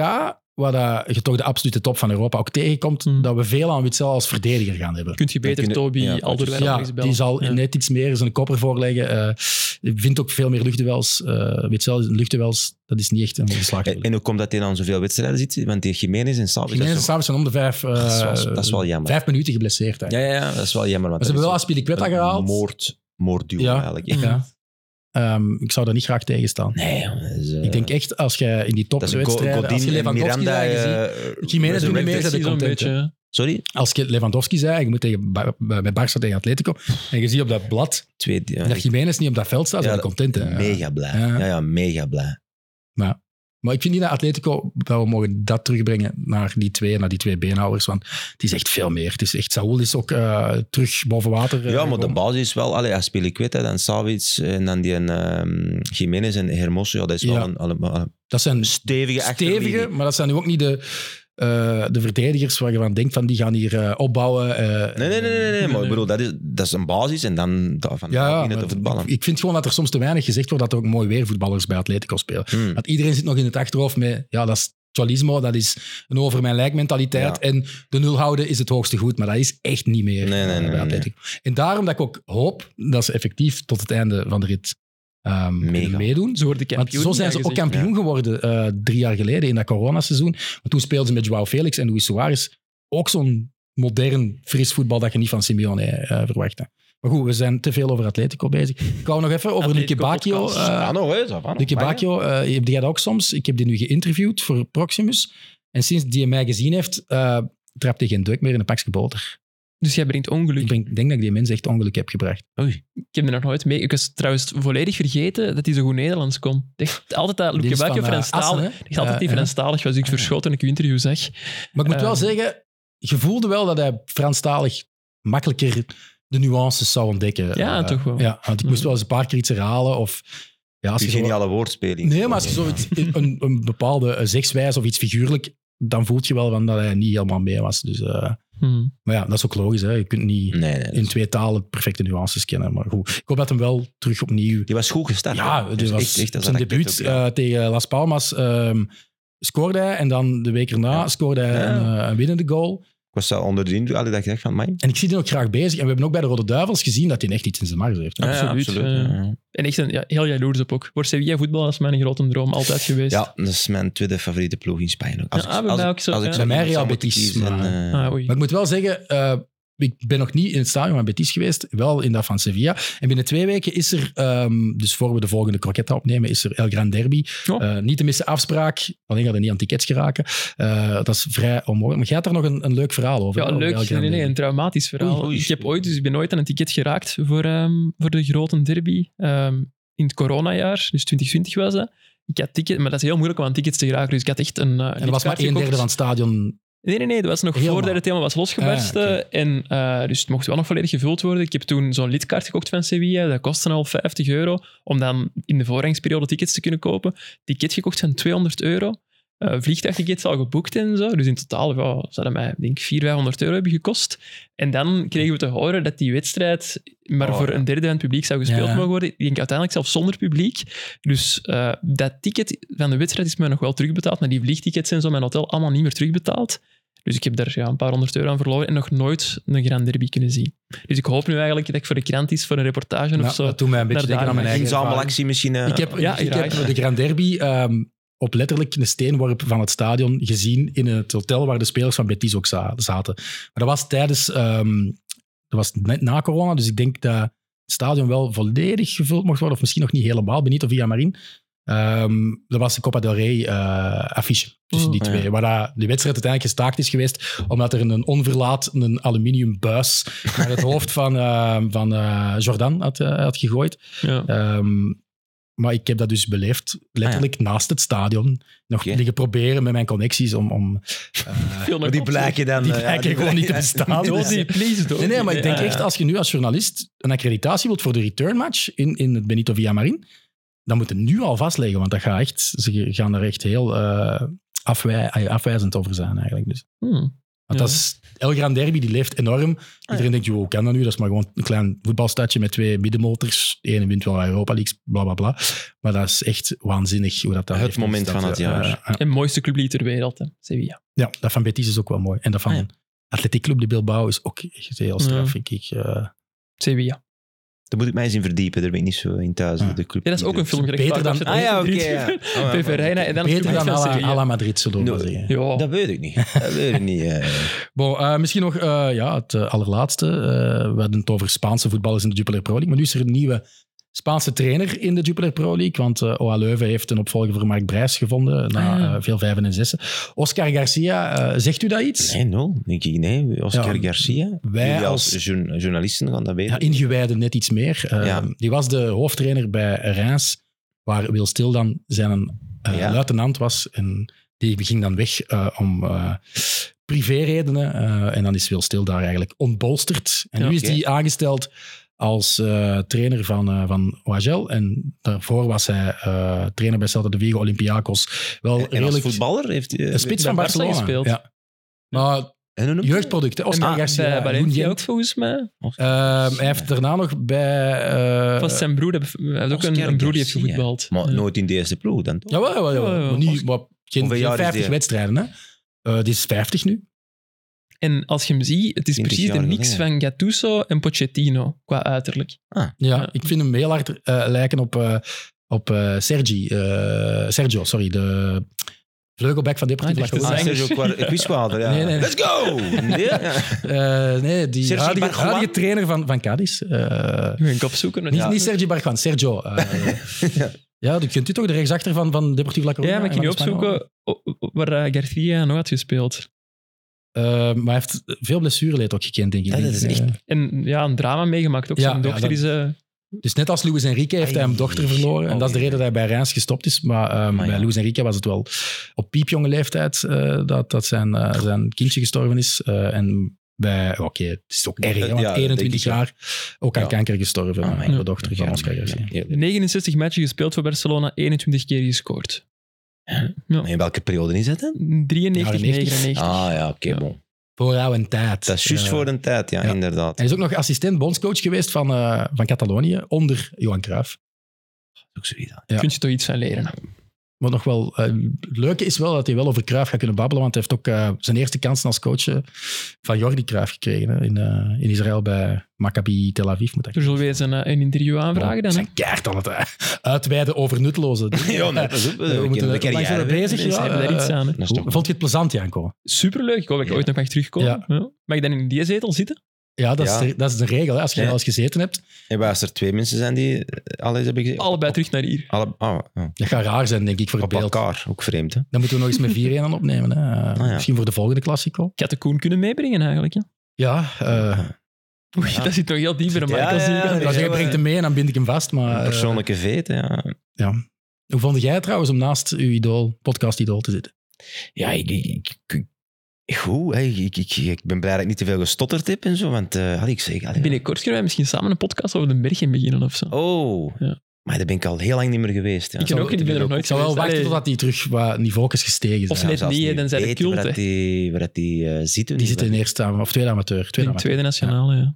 waar dat, je toch de absolute top van Europa ook tegenkomt, Hmm. dat we veel aan Witzel als verdediger gaan hebben. Kun je beter kun je- Toby ja, Alderweireld nog Ja, eens bellen? die zal Ja. net iets meer zijn kopper voorleggen. Eh, vindt ook veel meer luchtduels. Eh weet zelfs, luchtduels, dat is niet echt een geslaagde. En, en hoe komt dat hij dan zoveel wedstrijden zit? Want die Jiménez en Savic... dat is Chinezen toch- samen zijn om de vijf, eh, Dat is wel- dat is wel jammer. vijf minuten geblesseerd. Ja, eigenlijk. ja, ja, dat is wel jammer. Want Maar ze hebben wel dat Aspilicueta is een gehaald. Moord, moordduo Ja. eigenlijk. Ja. Ja. Ehm, ik zou daar niet graag tegenstaan. Nee, jongen, dat is, eh, Ik denk echt, als je in die dat is Go- topwedstrijden, als je Godin en Lewandowski Miranda... daar gezien- eh, Jiménez doet niet meer, resurrected. dat Zo'n content, beetje. Sorry? Als je Lewandowski zei, je moet tegen, Bar- bij Barça tegen Atletico, en je ziet op dat blad Twee, ja, dat ik- Jiménez niet op dat veld staat, Ja, zijn we content. Hè? mega blij. Ja. Ja. ja, mega blij. Maar ik vind niet dat Atletico, dat we mogen dat terugbrengen naar die twee, naar die twee beenhouders, want het is echt veel meer. Het is echt, Saúl is ook eh, terug boven water. eh, Ja, maar de gekomen. basis is wel... Allee, als speel ik weet, hè, dan Savic en dan die ehm Jiménez en Hermoso. Ja, dat is Ja. wel een, allemaal een Dat zijn stevige achterlinie. stevige, maar dat zijn nu ook niet de, eh, de verdedigers waar je van denkt van die gaan hier eh, opbouwen. eh, Nee, nee, nee, nee, nee, maar nee. ik bedoel, dat is, dat is een basis en dan da- van Ja, daar ja, beginnen maar te voetballen. ik, ik vind gewoon dat er soms te weinig gezegd wordt dat er ook mooi weer voetballers bij Atletico spelen. Hmm. Want iedereen zit nog in het achterhoofd met, ja, dat is Cholismo, dat is een over mijn lijk mentaliteit. Ja. En de nul houden is het hoogste goed, maar dat is echt niet meer Nee, nee, eh, nee, bij nee. Atletico. En daarom dat ik ook hoop dat ze effectief tot het einde van de rit ehm, Mega. kunnen meedoen. Ze worden Want kampioen. zo zijn ja, ze ook gezegd. kampioen geworden eh, drie jaar geleden in dat coronaseizoen. Want toen speelden ze met Joao Felix en Luis Suarez ook zo'n modern, fris voetbal dat je niet van Simeone eh, verwachtte. Maar goed, we zijn te veel over Atletico bezig. Ik wou nog even over Nicky Atletico Bacchio. podcast. eh, Ja, nog, ah, nou, hè, zo van. Lucky Maar, hè. Bacchio, eh, heb jij dat ook soms? Ik heb die nu geïnterviewd voor Proximus. En sinds die mij gezien heeft, eh trapt hij geen druk meer in een pakje boter. Dus jij brengt ongeluk. Ik denk, ik denk dat ik die mensen echt ongeluk heb gebracht. Ik heb er nog nooit mee. Ik was trouwens volledig vergeten dat hij zo goed Nederlands kon. Ik dacht altijd dat Die Luke is Bacchio van, eh, Assen, Franstalig... hè? Ik dacht altijd dat Eh, hij Franstalig was. Ik verschoot toen ik uw interview zag. ja. Maar ik moet wel eh, zeggen, je voelde wel dat hij Franstalig makkelijker de nuances zou ontdekken. Ja, Eh, toch wel. Mhm. Ja, want ik moest wel eens een paar keer iets herhalen. Of, ja, als Die je zo- geniale woordspeling. Nee, maar als je Ja. zoiets, een, een bepaalde eh, zegswijze of iets figuurlijk, dan voelt je wel van dat hij niet helemaal mee was. Dus, eh, Hm. maar ja, dat is ook logisch. Hè. Je kunt niet... Nee, nee. in twee talen perfecte nuances kennen. Maar goed, ik hoop dat hem wel terug opnieuw. Die was goed gestart. Ja, hè. dit Dus was echt- echt als zijn een raket debuut ook, ja. eh, tegen Las Palmas. ehm, scoorde hij en dan de week erna Ja. scoorde hij Ja. een, eh, een winnende goal. Ik was wel onder de indruk allee, dat ik dacht van, man. En ik zie die ook graag bezig. En we hebben ook bij de Rode Duivels gezien dat hij echt iets in zijn mars heeft. Ja, absoluut, ja. eh, En echt een, ja, heel jaloers op ook. Voor Sevilla voetbal is mijn grote droom altijd geweest. Ja, dat is mijn tweede favoriete ploeg in Spanje. ook. Als Ja, ik- ah, bij als mij ik- ook zo, als ik ja. zou Bij mij moeten Real moeten Betis, kiezen, maar- eh, Ah, oei. Maar ik moet wel zeggen, eh, ik ben nog niet in het stadion van Betis geweest, wel in dat van Sevilla. En binnen twee weken is er, ehm, dus voor we de volgende croquetta opnemen, is er El Gran Derby. Oh. Eh, niet te missen afspraak, alleen gaat er niet aan tickets geraken. Eh, dat is vrij onmogelijk. Maar jij had daar nog een, een leuk verhaal over. Ja, hè, over El leuk. Gran Nee, nee, Derby. een traumatisch verhaal. Oei, oei. Ik, heb ooit, dus ik ben ooit aan een ticket geraakt voor, ehm, voor de grote derby. Ehm, in het coronajaar, dus 2020 was dat. Ik had ticket, maar dat is heel moeilijk om aan tickets te geraken. Dus ik had echt een. eh, En er was maar lidkaartje een derde gekocht. van het stadion. Nee, nee, nee. Dat was nog Helemaal. voordat het helemaal was losgebarst. Ah, ja, oké. eh, en, eh, dus het mocht wel nog volledig gevuld worden. Ik heb toen zo'n lidkaart gekocht van Sevilla. Dat kostte al 50 euro. Om dan in de voorrangsperiode tickets te kunnen kopen. Ticket gekocht van 200 euro. Eh vliegtuigtickets al geboekt en zo. Dus in totaal ja, zou dat mij, denk ik, 400, 500 euro hebben gekost. En dan kregen we te horen dat die wedstrijd maar Oh, voor ja. een derde van het publiek zou gespeeld Ja. mogen worden. Ik denk uiteindelijk zelfs zonder publiek. Dus eh, dat ticket van de wedstrijd is mij nog wel terugbetaald, maar die vliegtickets en zo, mijn hotel, allemaal niet meer terugbetaald. Dus ik heb daar ja, een paar honderd euro aan verloren en nog nooit een Grand Derby kunnen zien. Dus ik hoop nu eigenlijk dat ik voor de krant is, voor een reportage Nou, of zo. dat doet mij een beetje Daar denken aan mijn daar eigen ervaring. Inzamelactie misschien. eh, Ik heb, Ja, ik graag. heb de Gran Derby ehm, op letterlijk een steenworp van het stadion gezien in het hotel waar de spelers van Betis ook za- zaten. Maar dat was tijdens... ehm, dat was net na corona, dus ik denk dat het stadion wel volledig gevuld mocht worden, of misschien nog niet helemaal, benieuwd of via Marin. Ehm dat was de Copa del Rey eh, affiche tussen die Oh, ja. twee. Waar dat de wedstrijd uiteindelijk gestaakt is geweest, omdat er een onverlaat een aluminium buis naar het hoofd van, ehm, van eh, Jordan had, eh, had gegooid. Ja. Ehm, maar ik heb dat dus beleefd, letterlijk Ah, naast het stadion. Nog Oké. liggen proberen met mijn connecties om... om eh, Veel Maar naar die kop. blijken dan... die eh, ja, blijken gewoon niet te bestaan. Doe Dus, die, please, doe Nee, nee, die. maar ik denk Ja, echt, ja. als je nu als journalist een accreditatie wilt voor de returnmatch in, in het Benito Villamarin, dan moet je nu al vastleggen, want dat gaat echt, ze gaan er echt heel eh, afwij- eh, afwijzend over zijn eigenlijk. Dus. Hmm. Want Ja. dat is, El Gran Derby die leeft enorm. Iedereen denkt, joh, hoe kan dat nu? Dat is maar gewoon een klein voetbalstadje met twee middenmotors. Eén wint wel Europa League, bla bla bla. Maar dat is echt waanzinnig hoe dat daar Het leeft in moment de stad, van het eh, jaar. eh, En mooiste clublied ter wereld, hè. Sevilla. ja, dat van Betis is ook wel mooi. En dat van Ah, ja. Atletiek Club de Bilbao is ook echt heel straf, Ja. vind ik. eh. Sevilla. Daar moet ik mij eens in verdiepen, daar ben ik niet zo in thuis. Ah. Ja. De club Ja, dat is ook een niet, eh. filmgerecht. Beter dan- Ah ja, oké. ja. Ah, PV Reina en Beter dan het publiek dan van à la, Sevilla. à la Madrid, zullen we No. maar zeggen. Ja. Dat weet ik niet. Dat weet ik niet. eh. Bon, eh, misschien nog eh, ja, het eh, allerlaatste. Eh, we hadden het over Spaanse voetballers in de Jupiler Pro League. Maar nu is er een nieuwe Spaanse trainer in de Jupiler Pro League. Want eh OA Leuven heeft een opvolger voor Mark Brijs gevonden. Na Ah, ja. eh, veel vijven en zessen. Oscar Garcia, eh, zegt u dat iets? Nee, nul. Denk ik, nee. Oscar Ja, Garcia. wij Jullie als, als- jour- journalisten gaan dat weten. Ja, ingewijden net iets meer. Eh, Ja. Die was de hoofdtrainer bij Reims, waar Wil Stil dan zijn eh, Ja. luitenant was. En die ging dan weg eh, om eh privéredenen. Eh, en dan is Wil Stil daar eigenlijk ontbolsterd. En Ja, nu is oké. hij aangesteld als eh, trainer van, eh van OHL. En daarvoor was hij eh, trainer bij Celta de Vigo Olympiakos. Wel en en redelijk... als voetballer heeft hij... eh, een spits bij van Barca Barcelona. gespeeld. Ja. Maar En hoe noemt hij? jeugdproducten. Oscar eh, En Garcia, bij Valencia Goen ook, Gent. volgens mij. Ehm, hij heeft daarna nog bij... eh, Vast zijn broer, heeft- hij heeft ook Oscar een, een broer die heeft Garcia. gevoetbald. Maar Ja. nooit in de eerste ploeg dan toch? Jawel, jawel, jawel. Ja, ja, Maar niet, als- maar geen, Hoeveel geen jaar is 50 die? wedstrijden, hè? Eh dit is 50 nu. En als je hem ziet, het is 20 precies de jaar mix van Gattuso en Pochettino, qua uiterlijk. Ja, Ja. ik vind hem heel hard eh, lijken op, eh, op eh, Sergi, eh, Sergio, sorry, de vleugelback van Deportivo. Ah, die La Ah, Coruña. zijn- Sergio Quar- Quisquadra, ja. Nee, nee, nee. Let's go! Nee? Eh, nee, die Sergi huidige, Barjuan. huidige trainer van, van Cadiz. Eh, Je moet een kop zoeken. niet, ja. niet Sergi Barjuan, Sergio. eh. ja, die kunt u toch de rechtsachter van, van Deportivo La Coruña. Ja, maar en ik ging van nu Espanyol. opzoeken o- o- waar eh, Garcia nog had gespeeld. Eh, maar hij heeft veel blessureleed ook gekend, denk ik. Ja, dat is Eh, echt- En ja, een drama meegemaakt. Ook Ja, zijn ja, dochter dat- is... eh, Dus net als Luis Enrique heeft hij Ai. een dochter verloren. En dat is de Oei. reden dat hij bij Reims gestopt is. Maar ehm, Maar ja. bij Luis Enrique was het wel op piepjonge leeftijd eh, dat, dat zijn, eh, zijn kindje gestorven is. Eh, en bij, oké, het is ook erg, hè, want Ja, dat 21 denk ik, jaar ook aan Ja. kanker gestorven. Ah, eh, mijn de dochter van Oscar Garcia. Ja. 69 matchen gespeeld voor Barcelona, 21 keer gescoord. Maar In welke periode is dat dan? 93, Jaren 99. Ah ja, oké, Ja. bon. Voor jou en tijd. Dat is juist Eh, voor een tijd, ja, ja. inderdaad. Hij is ook nog assistent-bondscoach geweest van, eh, van Catalonië, onder Johan Cruijff. Ook zoiets, ja. Daar ja. kun je toch iets van leren. hè? Wat nog wel, eh, het leuke is wel dat hij wel over Cruijff gaat kunnen babbelen, want hij heeft ook eh, zijn eerste kansen als coach eh, van Jordi Cruijff gekregen hè, in, eh, in Israël bij Maccabi Tel Aviv. Moet ik Er zullen we eens een, eh, een interview aanvragen dan. hè? zijn kaart aan het eh, uitweiden over nutteloze dingen. Ja, nee, pas op. Eh, We we moeten kennen de er lang carrière. voor bezig. Mensen Ja, hebben daar eh, iets aan. hè. Dat is Hoe- toch Vond je het plezant, Janko? Superleuk. Ik hoop dat ik Ja. ooit nog mag terugkomen. Ja. Ja. Mag ik dan in die zetel zitten? Ja, dat, Ja. Is, de, dat is de regel. hè. Als je Ja. al eens gezeten hebt, En waar als er twee mensen zijn die eh, al eens hebben gezien? Allebei terug naar hier. Alle, ah, ja. dat gaat raar zijn, denk ik, voor het Op beeld. elkaar, ook vreemd. Hè? Dan moeten we nog eens met 4-1 aan opnemen. Hè. Eh, ja. Misschien voor de volgende Classico. Ik had de Koen kunnen meebrengen eigenlijk. Hè? Ja, eh, Oei, dat zit nog heel diep in de Ja, Michael. ja, zie ik ja, ik. dat zou is zeggen, wel, breng eh, hem mee en dan bind ik hem vast. Maar, Een eh, persoonlijke veten, ja. Hoe vond jij het trouwens om naast uw idool, podcast-idool te zitten? Ja, ik... ik, ik- ik- ik- goed, hè. Ik, ik, ik ben blij dat ik niet te veel gestotterd heb en zo, want eh, had ik zeg... allee, Binnenkort kunnen wij misschien samen een podcast over de bergen beginnen of zo. Oh, Ja. maar daar ben ik al heel lang niet meer geweest. Ja. Ik ook niet, ik ben er nog nooit Ik zou wel geweest. wachten Allee. totdat hij terug wat niveau is gestegen. Of zijn. net zelfs niet, hè, dan zijn de weten cult, waar hè. dat die, waar dat die eh, zitten. Die Waar zit in eerste am- of tweede amateur. Tweede In amateur. tweede nationale, ja.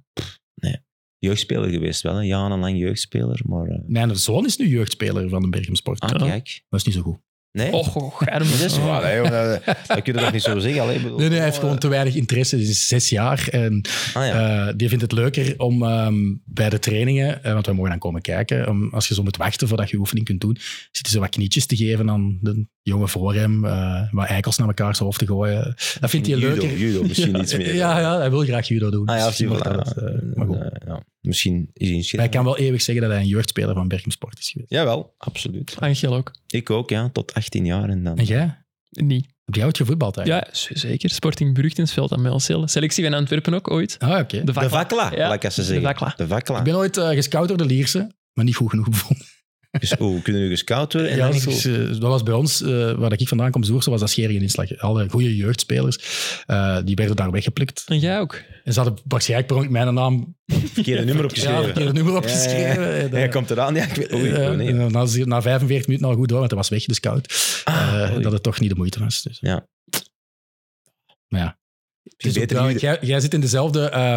Jeugdspeler geweest wel, hè. jarenlang jeugdspeler, maar... eh, Mijn zoon is nu jeugdspeler van de Berchem Sport. ah, Ja. kijk. Dat is niet zo goed. Nee? Och, och, oh. arme Dat is zoon. waar, hè, jongen. dat kun je toch niet zo zeggen? Allee, ik bedoel- eh, Nee, nee, hij heeft gewoon te weinig interesse. Hij is zes jaar en Ah, ja. eh, die vindt het leuker om ehm, bij de trainingen, eh, want wij mogen dan komen kijken, om, als je zo moet wachten voordat je oefening kunt doen, zitten ze wat knietjes te geven aan de jongen voor hem, eh, wat eikels naar elkaar zijn hoofd te gooien. Dat vindt hij Judo, leuker. Judo, misschien iets meer. Ja, ja, hij wil graag judo doen. Ah, ja, Misschien misschien wordt dat, eh, maar goed. ja. Misschien is hij Maar inschrijven. ik kan wel eeuwig zeggen dat hij een jeugdspeler van Berchem Sport is geweest. Jawel, absoluut. Angel ook. Ik ook, ja. Tot 18 jaar en dan... En jij? Niet. Heb jij ooit gevoetbald eigenlijk? Ja, z- zeker. Sporting Brugtensveld aan Melcel. Selectie van Antwerpen ook ooit. Ah, oké. De vakla, Ja, laat ik eens de zeggen. vakla. De Ik vakla. ben ooit eh, gescout door de Lierse, maar niet goed genoeg bevonden. Dus, oh, we kunnen nu gescout worden? En Ja, dan dat, is is, het- eh, dat was bij ons, eh, waar ik vandaan kom, Zoerse, was dat schering en inslag. Alle goede jeugdspelers, eh, die werden daar weggeplikt. En jij ook. En ze hadden waarschijnlijk per ongeluk mijn naam verkeerde nummer ja, opgeschreven. verkeerde nummer Ja, opgeschreven. En, eh, Hij komt eraan, ja. Ik weet, oei, eh, oh, nee. en dan is hij na 45 minuten al goed door, want hij was weg, de scout. Ah, Eh, oei. dat het toch niet de moeite was. Dus. Ja. Maar ja. Het is ook beter wel- nu- jij, jij zit in dezelfde eh,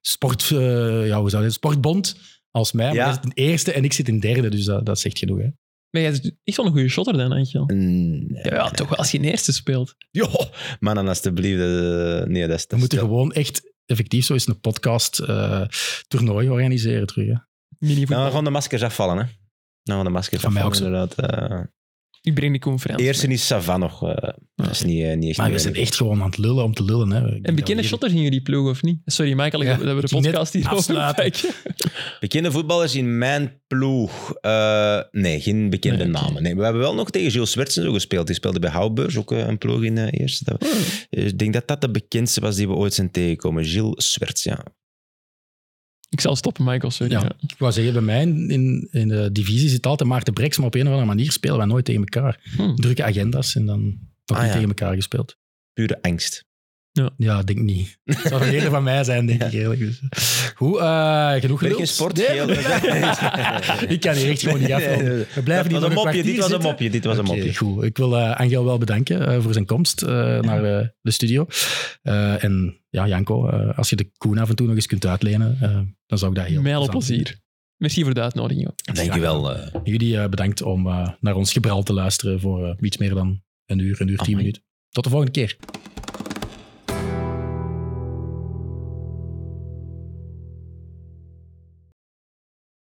sport, eh, ja, hoe zou je, sportbond als mij. Maar Ja. jij zit in eerste en ik zit in derde, dus dat, dat zegt genoeg. Hè? Maar jij is echt wel een goede shotter dan, Angel. Mm, Ja, ja, toch wel. Als je in eerste speelt. Joh, mannen, alstublieft. eh, Nee, dat is... We dat is- moeten gewoon echt effectief zo eens een podcast-toernooi organiseren terug. Hè? Mini Nou, voetbal. we gaan de maskers afvallen, hè. Nou, gaan de maskers Van mij afvallen, inderdaad. eh. Ik breng de conferentie. Eerste is Savan nog. eh, dat is niet, eh, niet echt. Maar we niet zijn weinig. echt gewoon aan het lullen om te lullen. Hè. Ik denk dat En we bekende hier- shotter gingen jullie ploegen, of niet? Sorry, Michael, Ja, dat we hebben ik de ging net podcast hier over. afsluiten. Bekende voetballers in mijn ploeg. Eh, nee, geen bekende Nee, oké. namen. Nee, we hebben wel nog tegen Gilles Swertsen zo gespeeld. Die speelde bij Houtbeurs ook eh, een ploeg in eh eerste. Dat- Eh, Ik denk dat dat de bekendste was die we ooit zijn tegengekomen. Gilles Swerts, ja. Ik zal stoppen, Michael, sorry. Ja. Ja. Ik wou zeggen, bij mij in, in de divisie zit altijd Maarten Breks, maar op een of andere manier spelen wij nooit tegen elkaar. Hm. Drukke agendas en dan nog Ah, niet ja. tegen elkaar gespeeld. Pure angst. Ja, ik denk niet. Het zou een eerder van mij zijn, denk ik eerlijk. Dus. Hoe, eh, genoeg Ben gelul? je geen sport? Nee, Geel? nee. ik kan hier echt gewoon niet afronden. Nee, nee, nee. We blijven hier Dat was nog een mopje, kwartier dit was een zitten. mopje, dit was een Oké, mopje. goed. Ik wil eh, Angel wel bedanken eh, voor zijn komst eh, naar eh, de studio. Eh, en ja, Janko, eh, als je de Koen af en toe nog eens kunt uitlenen, eh, dan zou ik dat heel Met alle plezant plezier. Merci voor de uitnodiging ook. Dankjewel. eh vinden. Jullie eh, bedankt om eh, naar ons gebral te luisteren voor eh, iets meer dan een uur, een uur, tien Amai. minuten. Tot de volgende keer.